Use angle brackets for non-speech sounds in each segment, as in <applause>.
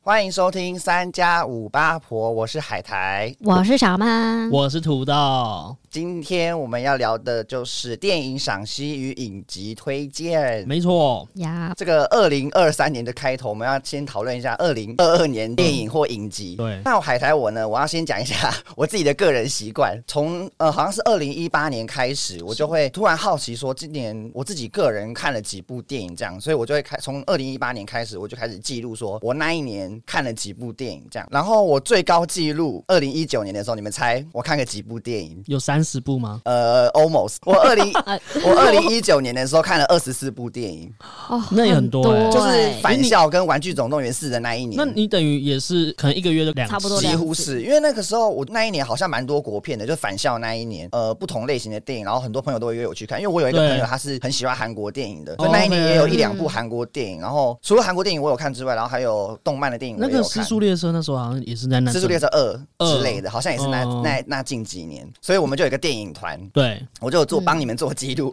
欢迎收听三加五八婆，我是海苔。我是小嗯曼，我是土豆，今天我们要聊的就是电影赏析与影集推荐。没错，呀，这个二零二三年的开头，我们要先讨论一下二零二二年电影或影集。对那我海苔我呢，我要先讲一下 <laughs> 我自己的个人习惯。从呃，好像是二零一八年开始，我就会突然好奇说，今年我自己个人看了几部电影，这样，所以我就会开从二零一八年开始，我就开始记录说我那一年看了几部电影，这样。然后我最高记录二零一九年的时候，你们猜我看了几部电影？有三十部吗？呃，almost，我二零我二零一九年的时候看了二十四部电影。哦那也很多欸很就是欸返校跟玩具总动员四的那一年。那你等于也是可能一个月就两次差不多几乎两次是因为那个时候我那一年好像蛮多国片的，就返校那一年，呃，不同类型的电影，然后很多朋友都会约我去看，因为我有一个对朋友他是很喜欢韩国电影的，哦所以那一年也有一两部嗯韩国电影。然后除了韩国电影我有看之外，然后还有动漫的电影我那也有个《看失。速列车》那时候好像也是在那。蜘蛛猎车二二之类的，好像也是那、哦那那近几年，所以我们就有一个电影团，对，我就有做帮你们做记 <laughs> 录。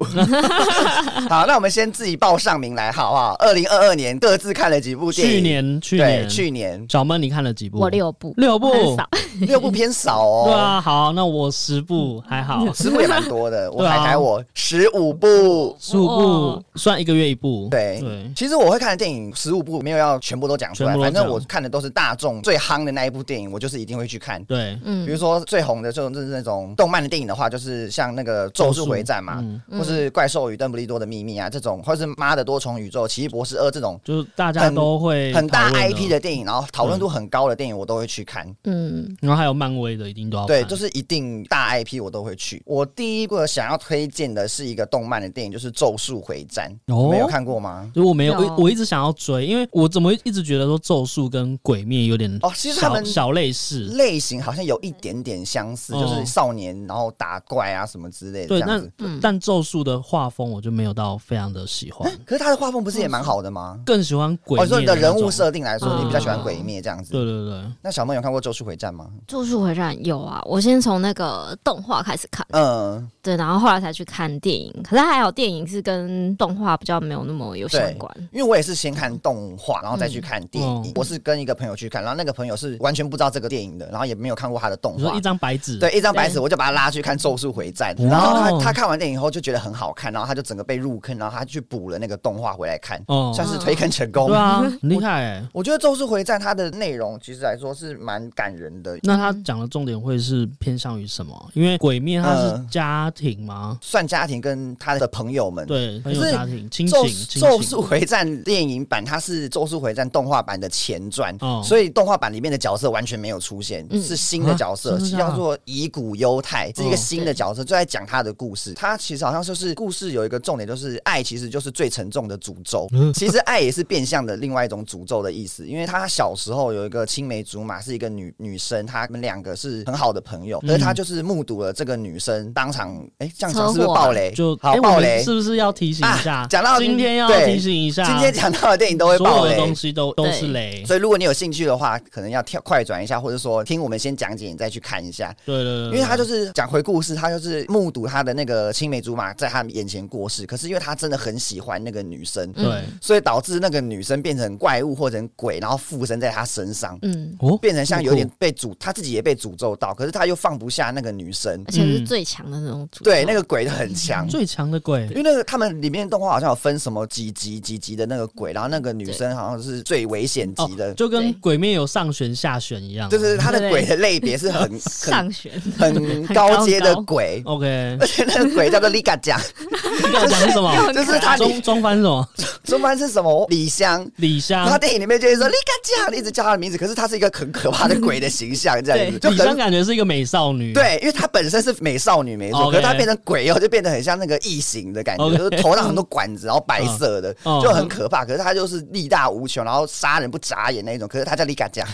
好，那我们先自己报上名来，好不好？二零二二年各自看了几部电影？去年去对年去年小曼你看了几部？我六部，六部，很少，六部偏少哦。对啊，好，那我十嗯部 <laughs> 还好，十部也蛮多 <laughs> 的。我对啊海苔我十五部。十五哦部算一个月一部。对，对其实我会看的电影十五部，没有要全部都讲出来，全部都反讲正我看的都是大众最夯的那一部电影，我就是一定会去看。对，比如嗯，说最红的这种就是那种动漫的电影的话，就是像那个《咒术回战》嘛，嗯或是《怪兽与邓布利多的秘密》啊这种，或是《妈的多重宇宙》《奇异博士二》这种就是大家都会很大讨论嗯 IP 的，电影，然后讨论度很高的电影，我都会去看。嗯，然后还有漫威的，一定都要对，看就是一定大 IP 我都会去。我第一个想要推荐的是一个动漫的电影，就是《咒术回战》，哦你们有看过吗？如果没有，我有我一直想要追，因为我怎么一直觉得说《咒术》跟《鬼灭》有点哦其实他小们嗯小类似。类型好像有一点点相似，哦就是少年然后打怪啊什么之类的这对，样那子。嗯但《咒术》的画风我就没有到非常的喜欢，可是他的画风不是也蛮好的吗？更喜欢嗯哦，鬼灭你说你的的那人种物设定来说，嗯你比较喜欢鬼灭这样子。对对对，那小梦有看过《咒术回战》吗？咒术回战有啊，我先从那个动画开始看，嗯，对，然后后来才去看电影，可是还好电影是跟动画比较没有那么有相关，因为我也是先看动画，然后再去看电影嗯。我是跟一个朋友去看，然后那个朋友是完全不知道这个电影的，然后也没有看过他的动你画说一。张白纸，对，一张白纸，我就把他拉去看《咒术回战》，哇哦然后他他看完电影以后就觉得很好看，然后他就整个被入坑，然后他去补了那个动画回来看，哦算是推坑成功。对啊，很厉害欸。啊我觉得《咒术回战》它的内容其实来说是蛮感人的，那他讲的重点会是偏向于什么？因为鬼灭它是嗯家庭吗？算家庭跟他的朋友们。对，嗯可很是有家庭亲情咒，亲咒情术回战电影版，它是《咒术回战》动画版的前传，哦所以动画版里面的角色完全没有出现，嗯是新的角色，啊真的假的叫做乙骨忧太，是一个哦新的角色，就在讲他的故事。他其实好像就是故事有一个重点，就是爱其实就是最沉重的诅咒，嗯 <laughs> 其实爱也是变相的另外一种诅咒的意思。因为他小时候有一个青梅竹马，是一个女女生，他们两个是很好的朋嗯友，可是他就是目睹了这个女生当场，哎、这样讲是不车是祸暴雷？就好哎暴我雷们是不是要提醒一啊下？讲到今天要对提醒一下，今天讲到的电影都会爆所有的雷东。西都都是雷。所以，如果你有兴趣的话，可能要跳快转一下，或者说听我们先讲解，你再去看一下。对对对，因为他就是是讲回故事，他就是目睹他的那个青梅竹马在他眼前过世，可是因为他真的很喜欢那个女生，对所以导致那个女生变成怪物或者鬼，然后附身在他身上，嗯，哦，变成像有点这么被诅，他自己也被诅咒到，可是他又放不下那个女生，而且是最强的那种主，对，那个鬼很强酷。最强的鬼因为那个他们里面动画好像有分什么几级几级的那个鬼，然后那个女生好像是最危险级的，就跟对鬼灭有上旋下旋一样，啊就是它的对鬼的类别是 <laughs> 很很上旋， <laughs> 很高阶的鬼， OK。而且 <laughs> 那个鬼叫做 Liga <laughs> 酱，你刚才讲是 <laughs> 什么？就是他中中翻什么？中翻是什么李香。李然后湘，电影里面就会说 Liga 酱，一直叫他的名字，可是他是一个很可怕的鬼的形象，这样子就李湘很。感觉是一个美少女。对，因为她本身是美少女没错， OK 可是她变成鬼后就变得很像那个异形的感觉， OK 就是头上很多管子，然后白色的，嗯就很可怕。可是她就是力大无穷，然后杀人不眨眼那一种。可是她叫 Liga 酱，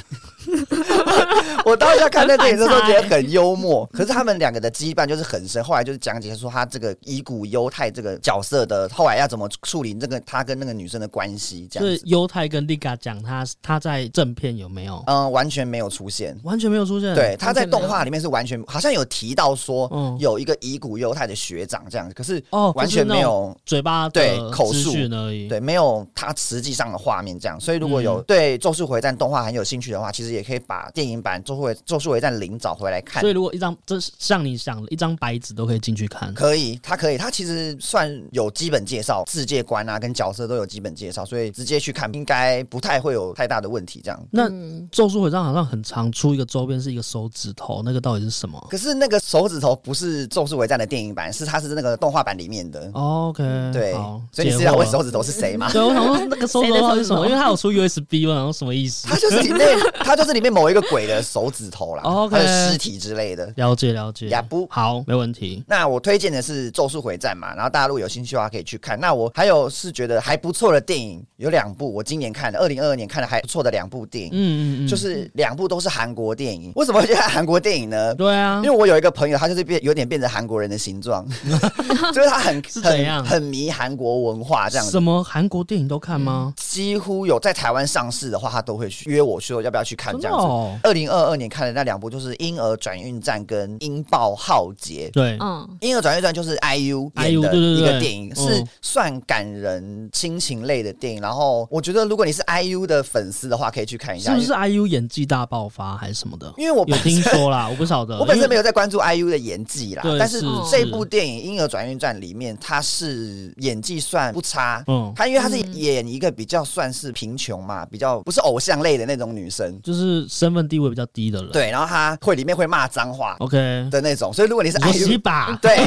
<laughs> 我当下看那电影的时候觉得很幽默，可是他们两个的羁绊就是很深。后来就是讲解说他这个以古犹太这个角色的后来要怎么处理这个他跟那个女生的关系，这就样是子。犹太跟丽嘎讲他他在正片有没有，嗯，完全没有出现。完全没有出现。对，他在完全没有动画里面是完全好像有提到说嗯有一个以古犹太的学长这样子，可是哦，完全没有就是那种嘴巴的对口资述讯而已。对，没有它实际上的画面这样，所以如果有嗯对《咒术回战》动画很有兴趣的话，其实也可以把电影版《咒术回咒术回战零》找回来看所。以如果一张这是像你想的一张白纸都可以进去看，可以，它可以，它其实算有基本介绍，世界观啊跟角色都有基本介绍，所以直接去看应该不太会有太大的问题这样。那嗯《咒术回战》好像很常出一个周边是一个手指头，那个到底是什么可是那个手指头不是《咒术回战》的电影版，是它是那个动画版里面的。 ？OK，对哦好，，所以你解是要惑问了手指头是谁吗？ <laughs> 对，我想说那个手指头到底是什谁的手指么？头因为它有出 USB 嘛，然后什么 <laughs> 意思？它就是里面，它就是里面某一个鬼的手指头啦，哦 OK 还有尸体之类的。了解了解，呀不好，没问题。那我推荐的是《咒术回战》嘛，然后大家如果有兴趣的话可以去看。那我还有是觉得还不错的电影有两部，我今年看的，二零二二年看的还不错的两部电影，嗯嗯嗯，就是两部都是韩国电影。为什么会去看韩国电影呢？对啊因为，我有一个朋友，他就是变有点变成韩国人的形 <laughs> 状，就是他很是怎很样很迷韩国文化这样子嗯什。么韩国电影都看吗？几乎有在台湾上市的话，他都会去约我说要不要去看真这的样子。哦，二零二二年看的那两部就是《婴儿转运站》跟《音爆浩劫》。对，嗯， 《婴儿转运站》就是 IU 演 IU 的对对一个对电影，嗯是算感人亲情类的电影。然后我觉得，如果你是 IU 的粉丝的话，可以去看一是下。不是 IU 演技大爆发还是什么的？因为我有本身听说啦，我不晓得。 <laughs> 我本身没有，有在关注 IU 的演技啦对，但是是这部电影《婴儿转运站》里面，他是演技算不差。嗯，他因为他是演一个比较算是贫穷嘛，比较不是偶像类的那种女生，就是身份地位比较低的人。对，然啊后他会里面会骂脏话，OK，的那种，所以如果你是哦你说洗 IU，吧，对，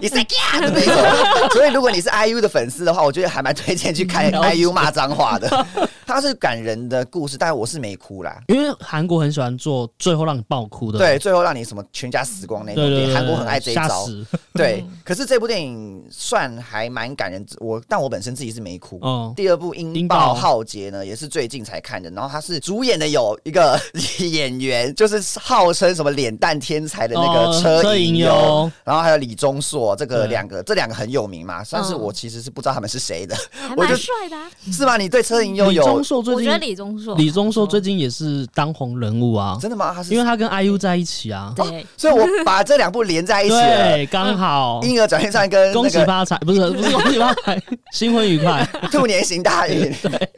你是 g a 的那 <laughs> 种，所以如果你是 IU 的粉丝的话，我觉得还蛮推荐去看嗯了解 IU 骂脏话的，它是感人的故事，但我是没哭啦。因为韩国很喜欢做最后让你爆哭的。对，最后让你什么全家死光那种对对电对，影，韩国很爱这一吓招。死对，可是这部电影算还蛮感人，我但我本身自己是没哭。嗯，第二部《音音爆爆浩劫》呢，也是最近才看的。然后他是主演的有一个 <laughs> 演员，就是号称什么脸蛋天才的那个哦车车银银优，优然后还有李钟硕，这个对两个这两个很有名嘛。但是嗯我其实是不知道他们是谁的， <laughs> 还我就蛮帅的啊。是吗？你对车银优李钟有硕最我觉得近，李钟硕，李钟硕最近也是当红人物啊，真的吗？他是因为他跟 IU 在一起啊。对，所以我把这两部连在一起了，《嗯对，刚好。婴儿转运站》跟恭那喜个发财，不是不是恭喜发财，新婚愉快。 《兔年行大运》 <laughs>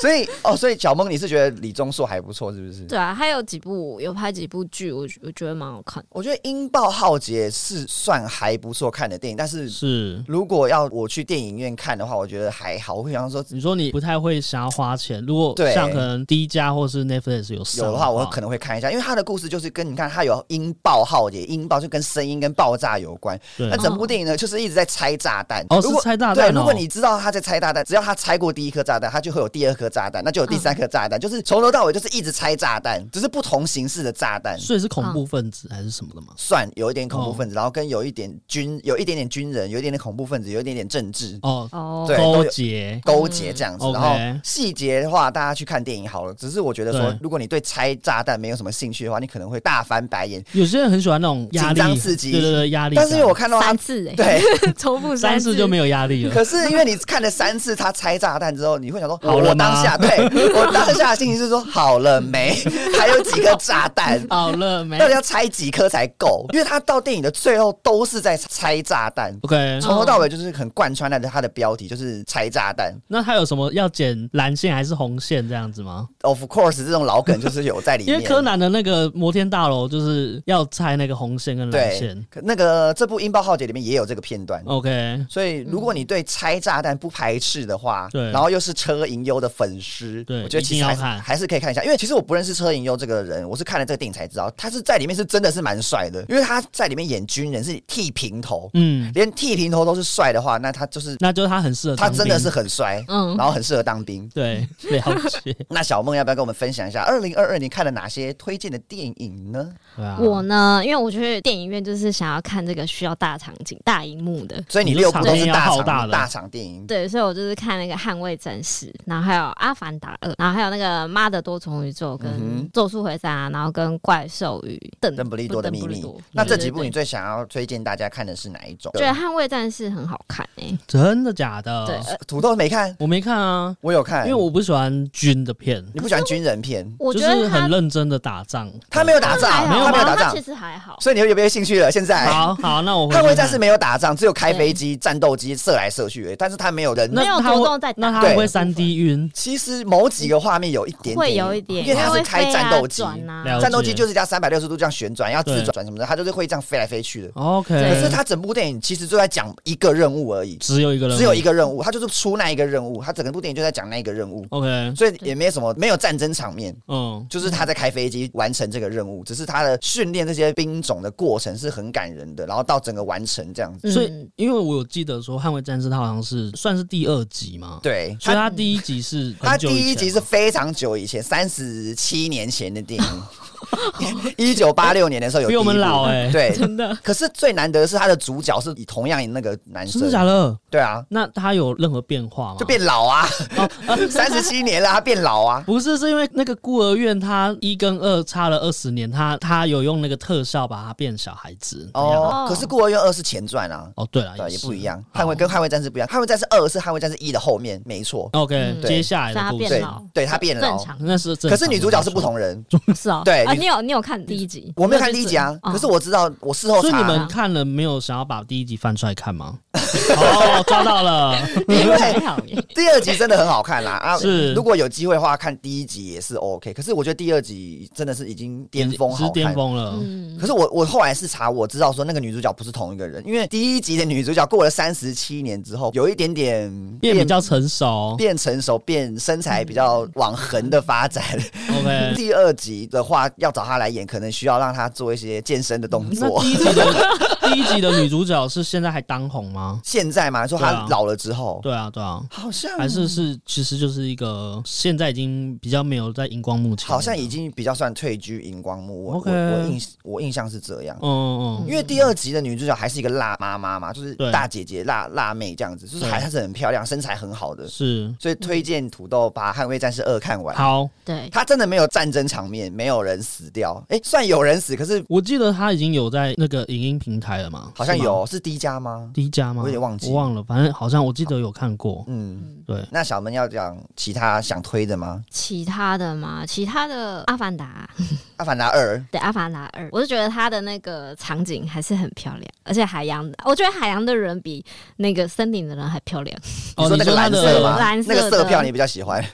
所以哦，所以小梦，你是觉得李钟硕还不错，是不是？对啊，还有几部有拍几部剧，我我觉得蛮好看的。我觉得《音爆浩劫》是算还不错看的电影，但是是，如果要我去电影院看的话，我觉得还好。我会想说，你说你不太会想要花钱，如果对像可能低价或是啊 Netflix 有上有的话，我可能会看一下，因为它的故事就是跟你看，它有音爆浩劫，音爆就跟声音跟爆炸有关。对啊那整部电影呢，就是一直在拆炸弹。哦如是果拆炸对，弹哦。如果你知道他在拆炸弹，只要他拆过第一颗炸弹，他就会有第二颗炸弹，那嗯就有第三颗炸弹，就是从头到尾就是一直拆炸弹，只是不同形式的炸弹。所以是哦恐怖分子还是什么的吗？算有一点恐怖分子，然后跟有一点军，有一点点军人，有一点点恐怖分子，有一点点政治哦，哦，嗯对都勾有结勾结这样子。嗯然后 OK 细节的话，大家去看电影好了。只是我觉得说对，如果你对拆炸弹没有什么兴趣的话，你可能会大翻白眼。有些人很喜欢那种压紧张力刺激对对对，压力感。但是因为我看到他三次哎，对， <laughs> <laughs> 重复三次次就没有压力了。可是因为你看了三次他拆炸弹之后，你会想说，好了我吗当下 <laughs> 对我当下的心情是说，好了没？还有几颗炸弹？好了没到底要拆几颗才够？因为他到电影的最后都是在拆炸弹， ？OK，从头到尾就是很贯穿的他的标题就是拆炸弹。那他有什么要剪蓝线还是红线这样子吗？ Of course，这种老梗就是有在里因面。为柯南的那个摩天大楼就是要拆那个红线跟嗯蓝对线。，哦可那个这部《音爆浩劫》里面也有这个片段。 OK，所以，如果你对拆炸弹不排斥的话，嗯对然后又是车银优的粉丝，对我觉得其一实定要还是看还是可以看一下，因为其实我不认识车银优这个人，我是看了这个电影才知道，他是在里面是真的是蛮帅的，因为他在里面演军人是剃平头，嗯，连剃平头都是帅的话，那他就是那就是他很适合他当兵。真的是很帅，嗯然后很适合当兵。 <laughs> 对，啊了解，那小梦要不要跟我们分享一下，二零二二年看了哪些推荐的电影呢？对啊，我呢，因为我去电影院就是想要看这个需要大场景、大荧幕的，所以你你六说部场都面是要大浩场大的大场电影，对，所以我就是看那个《捍卫战士》，然后还有《阿凡达二》，然后还有那个《妈的多重宇宙》跟嗯哼《咒术回战》啊，然后跟《怪兽与邓邓布利多的邓秘布利密多》。那这对几对部对啊你最想要推荐大家看的是哪一种？觉得《捍卫战士》很好看诶、 <laughs> 真的假哦的？对，呃土豆没看，我没看啊，我有看，因为我不喜欢军的片，你不喜欢军人片，我就觉得是他很认真的打仗。他没有打仗，还好他没有打那仗其，实还好。所以你有没有兴趣了？现在好好，那我回 <laughs> 去捍卫战士看没有打仗，只有开飞机、战斗机射来射去而已，但是他没有人。没有那他着会重在打那他对会不会三 D 晕？其实某几个画面有一点点，会有一点，因为他会是开飞战啊斗机，转啊了解战斗机就是这样三百六十度这样旋转，要自对转什么的，它就是会这样飞来飞去的。 OK，对可是它整部电影其实就在讲一个任务而已，只有一个人，只有一个任务，它就是出那一个任务，它整个部电影就在讲那一个任务， OK，所以也没有什么没有战争场面。嗯，就是他在开飞机完成这个任务，只是他的训练这些兵种的过程是很感人的，然后到整个完成这样子。嗯所以因为我有记得说《捍卫战士》它好像是算是第二集嘛，，对，所以他它第一集是他很久第以前一集是非常久以前，三十七年前的电影， <laughs> <laughs> 一九八六年的时候有比我们第一部老哎对。真的可是最难得的是他的主角是以同样那个男真生，的假的？对啊，那它有任何变化吗？就变老啊，<laughs> 哦三十七年了，他变老啊。不是，是因为那个孤儿院，它一跟二差了二十年，它它有用那个特效把它变小孩子。哦哦，可是《孤儿院二》是前传啊，哦，对了，对，也是不一样。捍卫跟捍卫战士不一样，捍卫战士二是捍卫战士一的后面，没错。 OK，嗯接下来让的他故变事对老，对他变老正常那是正常可的是女主角是不同人，是哦。对啊，你你有你有看第一集？我没有看第一集啊，哦可是我知道，我事后所以你查，们看了没有？想要把第一集翻出来看吗？ <laughs> 哦，抓到了， <laughs> 因还为好 <laughs> 耶。第二集真的很好看啦啊！是如果有机会的话，看第一集也是 OK。可是我觉得第二集真的是已经巅峰是好巅看。峰了。嗯，可是我我后来是查，我知道说那个女主角不是同一个人，因为第一集的女主角过了三十七年之后，有一点点变比较成熟变成熟，变身材比较往横的发展。 ，OK。第二集的话，要找她来演，可能需要让她做一些健身的动嗯那作。第一集的第一集的女主角是现在还当红吗？现在嘛，说对她啊老了之后，对啊，对啊，好像还是是其实就是一个现在已经比较没有在荧光幕前了，好像已经比较算退居荧光幕。我 OK 我我印我印象是这样。嗯嗯嗯因为第二集的女主角还是一个辣妈妈嘛，就是对大姐姐、辣辣妹这样子，就是对还还是很漂亮，身材很好的，是所以推荐土豆把《捍卫战士二》看完。好。对，它真的没有战争场面，没有人死掉，哎，算有人死，可是我记得他已经有在那个影音平台了嘛，好像是吗有是第一家吗？第一家吗？我有点忘记我忘了，反正好像我记得有看过。嗯，对，那小闷要讲其他想推的吗？其他的嘛，其他的《阿凡达》 《阿凡达二》对《阿凡达二》，我就觉得它的那个场景还是很漂亮，而且海洋，我觉得海洋的人比那个森林的人还漂亮。你哦，说那个他蓝的色吗？对蓝色那个的色票你比较喜欢，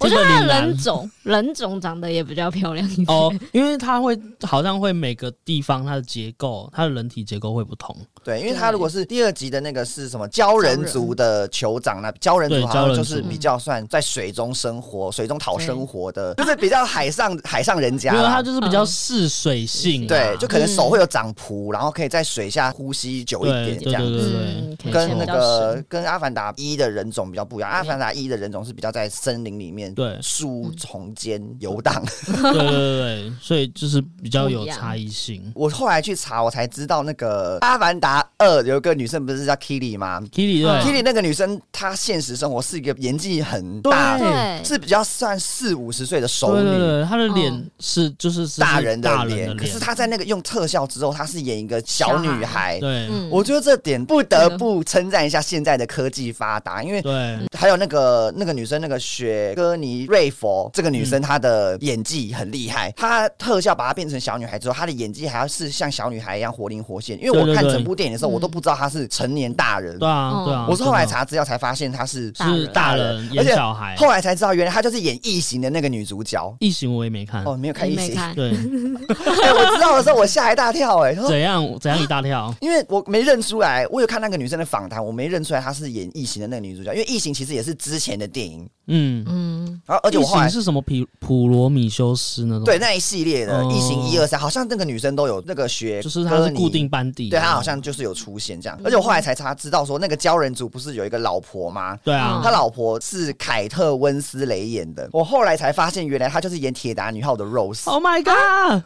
我觉得这它的个铃兰人种人种长得也比较漂亮一点。哦，因为他会好像会每个地方它的结构，它的人体结构会不同。对，因为对他如果是第二集的那个是什么鲛人族的酋长那鲛人对族好像鲛人就是族比较算在水中生活、水中讨生活的，就是比较海上海上人家因为啦它。就是比较嗯嗜水性啊，啊对，就可能手会有长蹼，然后可以在水下呼吸久一对点这对对样子。对嗯对可以对，跟没那错个跟阿凡达一的人种比较不一样，阿凡达一的人种是比较在森林里面、对树丛间游荡。对对对，对所以就是比较有不一样差异性。我后来去查，我才知道那个《阿凡达二》有一个女生不是叫 Kitty 吗？ Kitty 对 Kitty 那个女生，她现实生活是一个年纪很对大，对是比较算四五十岁的熟对对女。对，他的哦脸是就是是大人大的人的脸，可是她在那个用特效之后，她是演一个小女孩。嗯对嗯我觉得这点不得不称赞一下现在的科技发达，因为对还有那个那个女生，那个雪歌妮瑞佛，这个女生她的演技很厉嗯害，她特效把她变成小女孩之后，她的演技还要是像小女孩一样活灵活现。因为我对对看对整部电影的时候，嗯我都不知道她是成年大人，对啊哦对啊！我是后来真的查资料才发现她是大人是大人而演且小孩，后来才知道，原来她就是演异形的那个女主角。异形我也没看。哦，没有看你异没形， <laughs> 看？对，哎，我知道的时候我吓一大跳、哎， <laughs> 说怎样怎样一大跳？因为我没认出来，我有看那个女生的访谈，我没认出来她是演异形的那个女主角，因为异形其实也是之前的电影，嗯，嗯，然后而且我异后来形是什么普普罗米修斯那种？对，那一系列的哦异形一二三，好像那个女生都有那个学，就是它是固定。嗯班底，对她好像就是有出现这样，而且我后来才查知道说，那个鲛人族不是有一个老婆吗？对啊，他老婆是凯特温斯雷演的，我后来才发现，原来她就是演《铁达尼号》的 Rose， Oh my god！、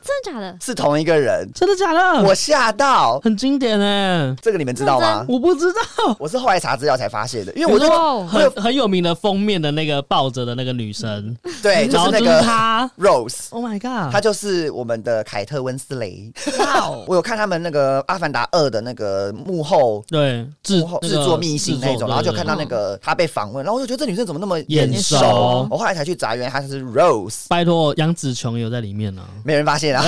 真的假的？是同一个人，真的假的？啊我吓到，很经典哎、这个你们知道吗？我不知道。我是后来查资料才发现的，因为我嗯那个哇很很有名的封面的那个抱着的那个女生，对，哎就然是后那就是个她。 Rose， Oh my 她 god！就是我们的凯特温斯雷。哇哦，我有看他们那个《阿凡达二》的那个幕后对，制幕后那制个作秘辛那制种，作然后就看到对对对那个她被访问，然后我就觉得这女生怎么那么眼熟熟？我后来才去查，原来她是 Rose，拜托杨紫琼有在里 <laughs> 面呢、没人发现啊。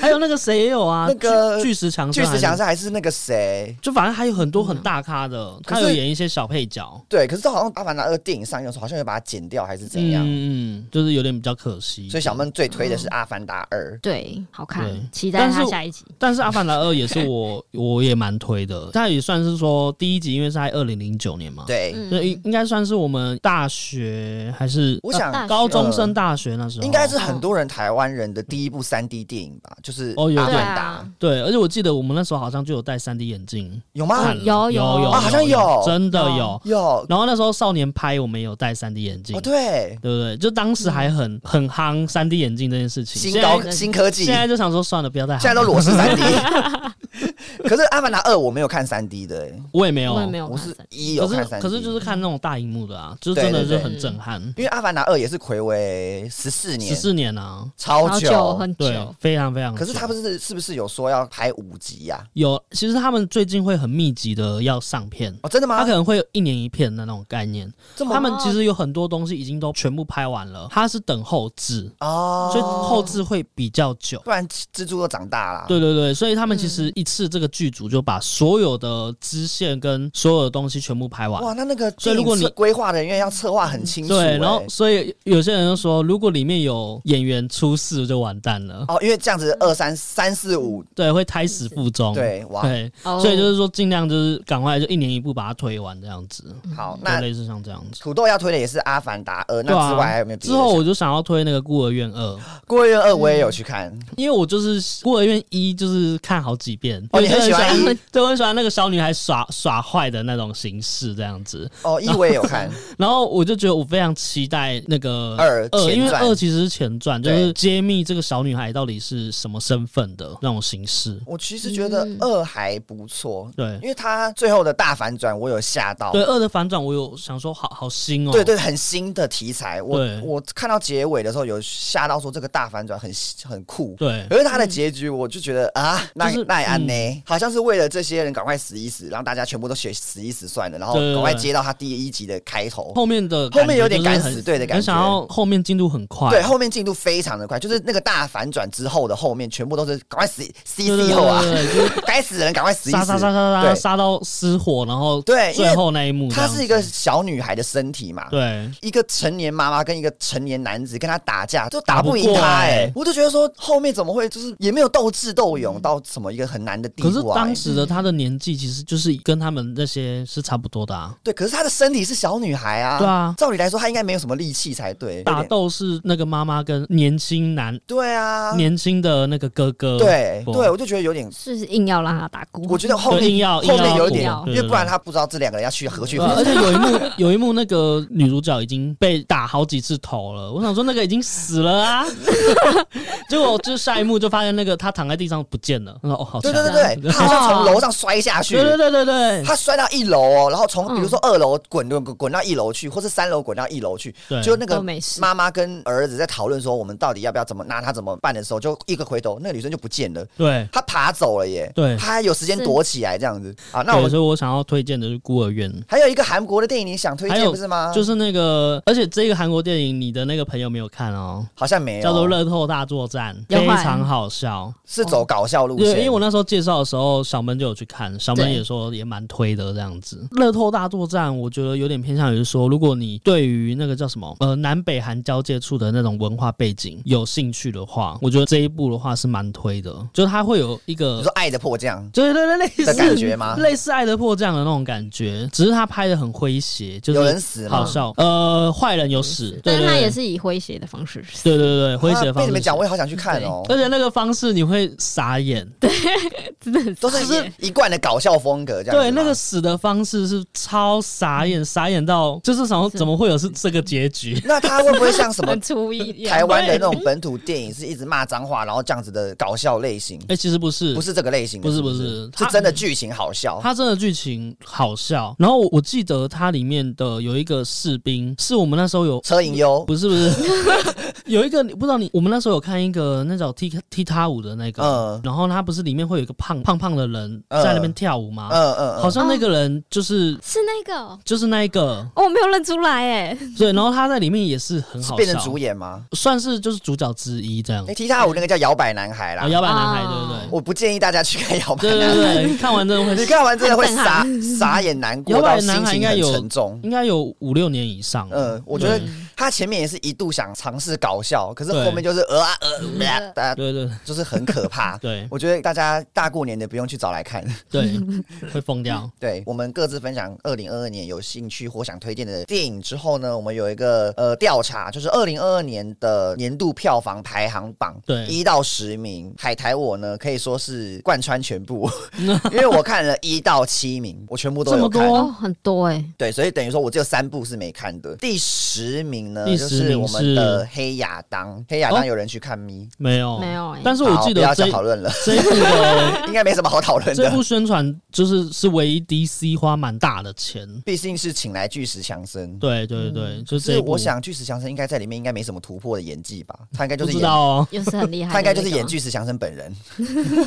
还有那个谁也有 <laughs> 啊，那个呃巨巨石强森巨还是，石强森还是那个谁？就反正还有很多很大咖的，嗯可他是有演一些小配角，对，可是这好像《阿凡达二》电影上映的时候，好像有把它剪掉还是怎样。嗯嗯，就是有点比较可惜。所以小，闷最推的是《阿凡达二》，嗯对，好对看，期待但是他我下一集。但是《阿凡达二》也是 <laughs> 我我也蛮推的，它也算是说第一集，因为是在二零零九年嘛，，对，嗯所以应应该算是我们大学还是我想呃大学高中升大学那时候，应该是很多人台湾人的第一部三 D 电影吧，就是哦《有阿对凡达》啊，对，而且我记得我们那时候好像就有戴三 D 眼镜有吗？看嗯了，有有有有，啊好像有真的有有。有哦，然后那时候少年拍我们也有戴三 D 眼镜，对，嗯对不对？就当时还很很夯三 D 眼镜这件事情，新现高在新科技，现在现就想说算了，不要戴。在都裸视 <laughs> 三 D。可是《阿凡达二》我没有看三 D 的、欸，我也没有，我也没有我看是三集，一有可是看三 D，嗯可是就是看那种大荧幕的啊，就是真的对对就对很震撼。因为《阿凡达二》也是暌违十四十年，四年啊，超好久很对久，，非常非常久。可是他不是是不是有说要拍五集呀、有，其实他们最近会很密集的要上片，哦，真的他吗可？能会有一年一片的那种概念。这么他们其实有很多东西已经都全部拍完了，他是等后置，哦，所以后置会比较久。不然蜘蛛都长大了。啊对对对，所以他们其实一次这个剧组就把所有的支线跟所有的东西全部拍完。哇，那那个所以如果你电嗯影策规划人员要策划很清楚、欸，对，然后所以有些人就说，如果里面有演员出事就完蛋了，哦，因为这样子二三三四五，对，会胎死腹中。对，哇，嗯对，哦所以就是说尽量就是赶快就一年一部把它推完这样子，好，就那类似像这样子。土豆要推的也是《阿凡达二》，那嗯对啊之外还有没有别之的？后我就嗯想要推那个《孤儿院二》， 《孤儿院二》我也有去看，因为我就是《孤儿院一》就是看好几遍，哦你因为很就喜欢一 <laughs> 对，我很喜欢那个小女孩耍耍坏的那种形式这样子。哦，一我也有 <laughs> 看，然后我就觉得我非常期待那个二二，前因为传二其实是前传，就对是揭秘这个小女孩到底是什么身份的那种形式。我其实觉嗯得二还不错，对因为它最后的大反转我有吓到。对二的反转，我有想说好好新哦。对对，很新的题材。我对我看到结尾的时候有吓到，说这个大反转很很酷。对可是它的结局，我就觉得啊，那就是嗯那也安呢，好像是为了这些人赶快死一死，让大家全部都学死一死算了，然后对对对赶快接到他第一集的开头。后面的后面有点感赶觉就是死队的很感想觉。要后面进度很快，对，后面进度非常的快，就是那个大反转之后的后面，全部都是赶快死对对 C 对 C 后啊对，对对就是 <laughs> 该死的人赶快死一杀死。杀杀杀杀对杀到失火，然后对因为最后那一幕这她样子，是一个小女孩的身体嘛，对一个成年妈妈跟一个成年男子跟他打架，就打不打赢不过他、哎、哎嗯我就觉得说后面怎么会就是也没有斗智斗勇到什么一个很难的地可是步啊、当哎时的她的年纪其实就是跟他们那些是差不多的啊。对，可是她的身体是小女孩啊，对啊照理来说她应该没有什么力气才对，有打点斗是那个妈妈跟年轻男、对啊，年轻的那个哥哥，对不对，我就觉得有点，是硬要让他打鼓。我觉得后面对硬要后硬面要有一点硬，要因为不然他不知道这两个人要去何去对何啊而从。且有一幕， <laughs> 有一幕那个女主角已经被打好几次头了，我想说那个已经死了 <laughs> 啊，结果就下一幕就发现那个她躺在地上不见了，我说哦好对强，对对对，他好像从楼上摔下去。对对对对对他摔到一楼哦，然后从嗯比如说二楼滚滚滚滚到一楼去，或是三楼滚到一楼去，对，就那个都没事妈妈跟儿子在讨论说我们到底要不要怎么拿他怎么办的时候，就一个回头，那个女生就不见了，对。她爬走了耶。对她还有时间躲起来这样子啊。那对我们所以我想要推荐的是孤儿院，还有一个韩国的电影你想推还荐有不是吗？就是那个，而且这个韩国电影你的那个朋友没有看哦，好像没有，叫做《乐透大作战》，有非看常好笑。是走搞笑路对，线。因为我那时候介绍的时候，小闷就有去看，小闷对也说也蛮推的这样子。乐透大作战，我觉得有点偏向于说，如果你对于那个叫什么呃南北韩交界处的那种文化背景有兴趣的话，我觉得这一部的话是蛮推的，就是它会有一你个说。爱的迫这样对对对，类似的感觉吗类似《爱德破》这样的那种感觉，只是他拍的很诙谐，就是有人死吗好笑。呃，坏人有死，对但对是他对也是以诙谐的方式。 <laughs> 对对对诙谐的啊被方你式们死。讲，我也好想去看哦。而且那个方式你会傻眼，都是就是一贯的搞笑风格，这样子对，吗嗯那个死的方式是超傻眼，傻眼到就是想说是怎么会有是这个结局？那他会不会像什么很粗意， <laughs> 台湾的那种本土电影，是一直骂脏话，然后这样子的搞笑类型？哎、其实不是，不是这哦个类型的，不是不不是是他真的剧情好笑。它真的剧情好笑。然后我我记得它里面的有一个士兵，是我们那时候有。车银优，不是不是， <laughs> 有一个不知道你，我们那时候有看一个那种踢踢踏舞的那个，嗯然后他不是里面会有一个胖胖胖的人嗯在那边跳舞吗？嗯嗯好嗯，像那个人就是、是那个哦，就是那一个，哦我没有认出来哎，对，然后他在里面也是很是好变成笑主演吗？算是就是主角之一这样哎，。踢踏舞那个叫摇摆男孩啦啊，，摇摆男孩，哦对我不建议大家去看摇摆不对？男对孩，对对，你看完真的你会，看完真的会很震傻傻眼难过摇摆到男心孩应情该很有沉重。应该有五六年以上了。嗯，我觉得对他前面也是一度想尝试搞笑，可是对后面就是呃啊呃啊，大家对对。就是很可怕 <laughs> 对我觉得大家大过年的不用去找来看。对，会疯掉。对我们各自分享二零二二年有兴趣或想推荐的电影之后呢，我们有一个呃调查，就是二零二二年的年度票房排行榜，对一到十名，海苔我呢可以说是贯穿全 <laughs> 部， <laughs> 因为我看了一到七名，我全部都有这么多看。哦，很多哎，对，所以等于说我只有三部是没看的。第十名呢，第就十是名我们的是《黑亚当》。黑亚当哦有人去看咪？没有，没有欸但是我好，记不得要这再讨论了，这一部的应该没什么好讨论这的部。宣传就是是唯一 DC 花蛮大的钱。毕竟是请来巨石强森，对对对，就这是一部。我想巨石强森应该在里面应该没什么突破的演技吧，他应该就不是知演，道哦，又是很厉害的那个，他应该就是演 <laughs> 巨石强森本人。 <laughs>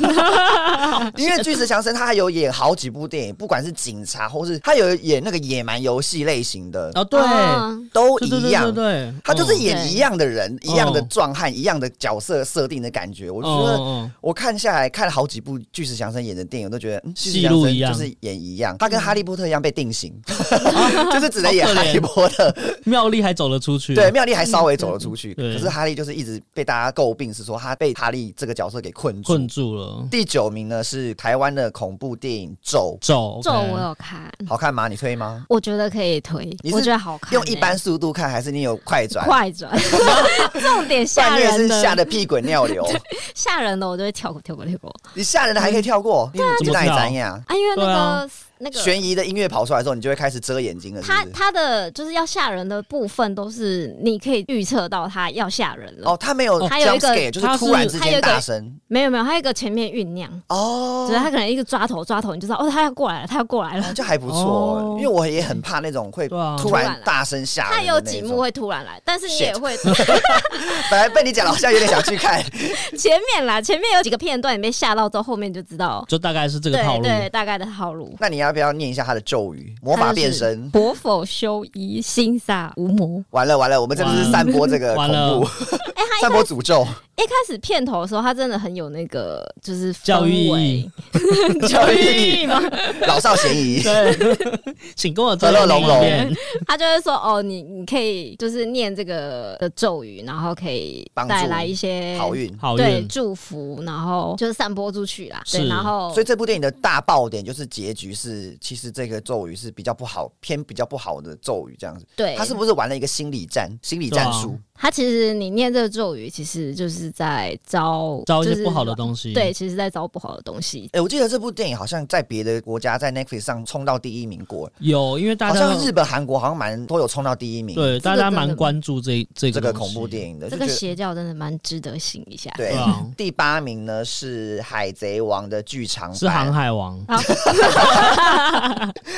因为巨石强森他还有演好几部电影，不管是警察或是他有演那个野蛮游戏类型的，哦对，啊都对对一对对样。对，他就是嗯演对一样的人，一样的嗯壮汉，一样的角色设定的感觉。我觉嗯得嗯我看下来看了好几部巨石强森演的电影，我都觉得嗯巨石戏强路森一样就是演一样，他跟哈利波特一样被定 <laughs> 型，就是只能演好可哈怜利波特。嗯妙丽还走了出去。对，妙丽还稍微走了出去，嗯对可是哈利就是一直被大家诟病，是说他被哈利这个角色给困住。困住了。第九名呢是台湾的恐怖电影《咒走，咒 OK 哦我有看，》，好看吗？你推吗？我觉得可以推你，是我觉嗯得好看欸，用一般速度看还是你有快转？快转， <laughs> 重点不然吓你也是人吓的，得屁滚尿流，吓人的我就会跳过跳过跳过 <laughs> 你吓人的还可以跳过，你怎你么哪里跳怎样？啊，因为那对个啊嗯那个悬疑的音乐跑出来之后，你就会开始遮眼睛了，是他不是？他的就是要吓人的部分，都是你可以预测到他要吓人了。哦，他没有他有 jump 一个 scare，就是他突然是之他有间一个大声没有没有，他有一个前面酝酿，哦只是，他可能一个抓头抓头，你就知道哦，他要过来了，他要过来了。就还不错哦，因为我也很怕那种会对啊突突然然大声吓他人有的那一几种。幕会突然来，但是你也 Shit 会 <laughs> 本来被你讲的好像有点想去 <laughs> 看，前面啦，前面有几个片段你被吓到之后，后面就知道，就大概是这个对套路。对，大概的套路。那你要不要念一下他的咒语？魔法变身。博否修一，心撒无魔。完了完了，我们这不是散播这个恐完了哎怖， <laughs> 散播诅咒，一开始片头的时候，他真的很有那个就是教育氛围意义，教育意义吗？ <laughs> 老少咸宜。对， <laughs> 请跟我坐和乐在融里融面。他就会说：“哦，你你可以就是念这个的咒语，然后可以帮助带来一些好运。好对运，祝福，然后就是散播出去啦。对，是然后所以这部电影的大爆点就是结局是，其实这个咒语是比较不好，偏比较不好的咒语这样子。对他是不是玩了一个心理战、心理啊战术？他其实你念这个咒语，其实就是在招招一些就是不好的东西。对，其实在招不好的东西。哎、我记得这部电影好像在别的国家在 Netflix 上冲到第一名过，有，因为大好家像日本、韩国好像蛮都有冲到第一名。，对大这家个真蛮的关注这这这个个东恐怖西电影的这就个觉得邪教真的蛮值得醒一下。对对啊，第八名呢是《海贼王》的剧场是《航版。海王》，然后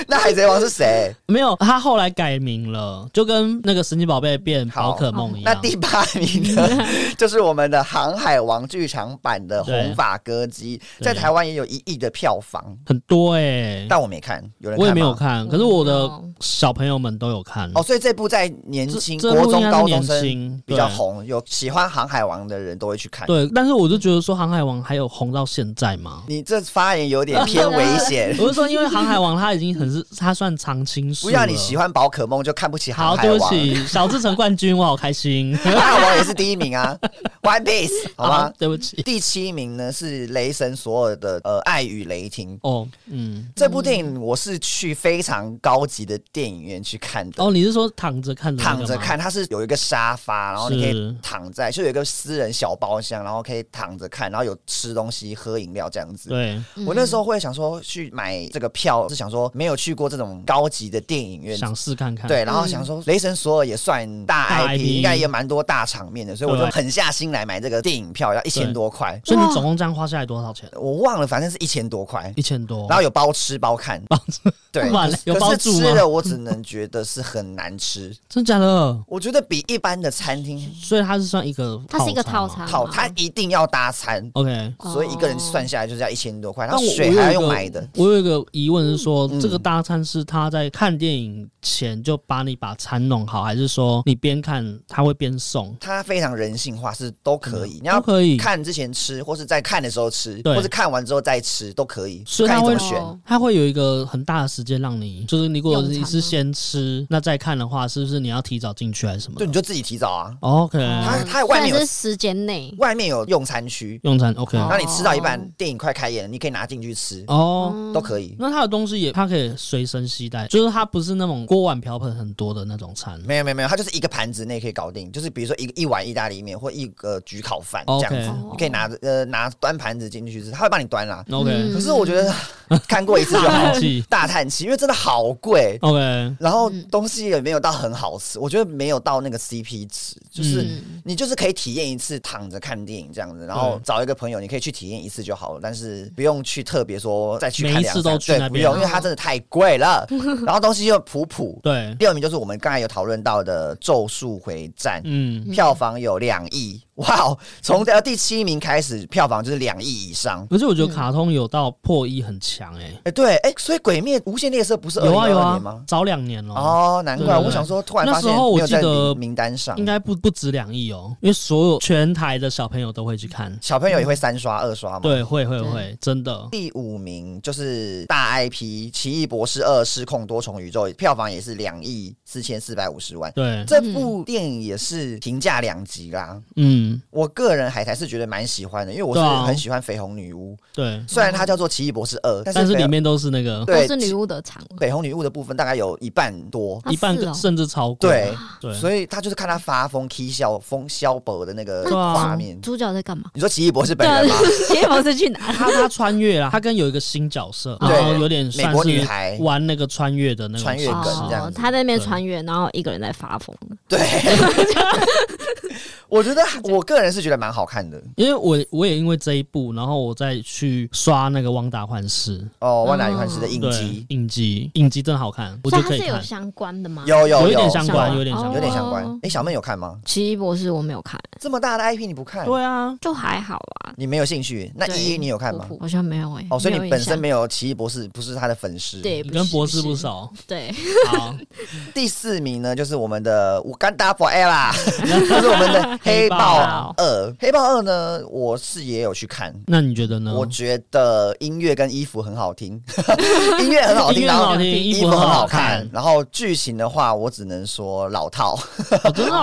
那《海贼王》是 <laughs> 谁？没有，他后来改名了，就跟那个神奇宝贝变宝可梦一那样。第八名呢， <laughs> 就是我们的《航海王》剧场版的《对红发歌姬》，对在台湾也有一亿的票房，很多哎、但我没看，有人我也吗没有。看，可是我我没有的小朋友们都有看。哦，所以这部在年这轻这国部应中、该是高中年生轻比较。对红，有喜欢《航海王》的人都会去看。？对，但是我就觉得说《航海王》还有红到现在吗，<laughs> 你这发言有点偏危险 <laughs> 我是说，因为《航海王》它已经很是，它算常青树不了。要你喜欢宝可梦就看不起《好，航海对王不》。起，小智成冠军，我好开心。航海王也是第一名啊，《顽皮 this，好 <laughs> 吧？对不起。第七名呢是雷神索尔的呃《爱与雷霆》哦，嗯，这部电影，我是去非常高级的电影院去看的。哦，你是说躺着看的那个躺吗着看，它是有一个沙发，然后你可以是躺在，就有一个私人小包厢，然后可以躺着看，然后有吃东西、喝饮料这样子。对，我那时嗯候会想说去买这个票，是想说没有去过这种高级的电影院。想试看看。对，然后想说雷神索尔也算大大 IP， IP 应该也蛮多大场面的，所以我就对狠下心来买这个电影票，要一千多块，所以你总共这样花下来多少钱？我忘了，反正是一千多块。一千多然。后有包吃包 <laughs> 看，包吃对，哇可是有包可是住吗吃了我只能觉得是很难吃， <laughs> 真假的？我觉得比一般的餐厅所以它是算一个，它是一个套。餐吗，好，它一定要搭餐， OK，所以一个人算下来就是要一千多块，然哦但后我水还要用买的。我有一个。我有一个疑问是说，嗯这个大餐是他在看电影前就把你把餐弄好，还是说你边看他会边送？它非常人性化，是都可以。你都要可以，看之前吃，或是在看的时候吃，嗯对或是看完之后再吃都可以，所以看你它怎会哦么选。哦它会有一个很大的时间让你，就是你如果用餐你吗是先吃，那再看的话，是不是你要提早进去还是什么对，你就自己提早啊。 ？OK，它嗯它外面有虽然是时间内外面有用餐区，用餐 OK 然后你吃到一哦半，电影快开演了，你可以拿进去吃，嗯哦。都可以。那它的东西也，它可以随身携带，就是它不是那种锅碗瓢盆很多的那种餐。没有没有没有，它就是一个盘子内可以搞定，就是比如说一个一碗意大利面或一个焗烤饭这哦 OK 样子，你可以拿着呃拿端盘子进去吃，他会帮你端啦。 OK，嗯可是我觉得 <laughs> 看过一次就好大， <laughs> 气大叹气，因为真的好贵，嗯 OK，然后东西也没有到很好吃，我觉得没有到那个 CP 值，就是嗯你就是可以体验一次躺着看电影这样子，然后对找一个朋友，你可以去体验一次就好了，但是不用去特别说再去看每一两次三都去那对，不边用，因为它真的太贵了，然后东西又普普。对，第二名就是我们刚才有讨论到的《咒术回战》。嗯，票房有两亿，哇哦！从呃第七名开始，票房就是两亿以上。可是我觉得卡通有到破一很强哎、哎、对，哎、所以《鬼灭》《无限列车》不是二有零啊二有二年啊吗，？早两年了，哦，难怪对对对我想说，突然发现那时候我没有在记得名单上，应该不不止两亿哦，因为所有全台的小朋友都会去看，小朋友也会三刷、二刷嘛。。对，会会对会，真的，第五名就是大 IP《奇异博士二：失控多重宇宙》，票房也是两亿四千四百五十万。对，这部电影也是评价两极啦，嗯，我个人海苔是觉得蛮喜欢的，因为我是对啊很喜欢绯红女巫，对，虽然它叫做《奇异博士二》，但但是是绯里面哦都是那个都对是女巫的场，绯红女巫的部分大概有一半多，啊一半是哦甚至超过，对，对，所以他就是看他发疯、k 笑、疯消博的那个对啊画面。主角在干嘛？你说奇异博士本对啊人 <laughs> 吗？，杰博士去哪？他他穿越啦，他跟有一个新角色，对然后有点啊算美国女孩是玩那个穿越的那种哎穿越梗这样哦子，他在那边穿越，然后一个人在发疯。对， <laughs> 我觉得我个人是觉得蛮好看的因为我我也因为这一部，然后我再去刷那个《旺达幻视》哦，《万达与幻视》的影对集影集，影集真的好看，我所觉以得它可以是有看。相关的吗？有有一有点相关，有有点相哦关，有点相关哦。哎，小妹有看吗？奇异博士我没有看，这么大的 IP 你不看，对啊，就还好啊。你没有兴趣？那对一一你有看吗普？普好像没有哎。哦，所以没有你印本身象没有奇异博士，不是他的粉丝。对，你跟是博士不。熟。是对，好，第四名呢，就是我们的《乌干达 Forever》，就是我们的《黑豹二》。《黑豹二》呢，我是也有去看，那你觉得呢？我觉得音乐跟衣服很好听， <laughs> 音乐很好音听，乐然很后好听，衣衣服服很很好好看看，，然后剧情的话，我只能说老套，哦真的哦。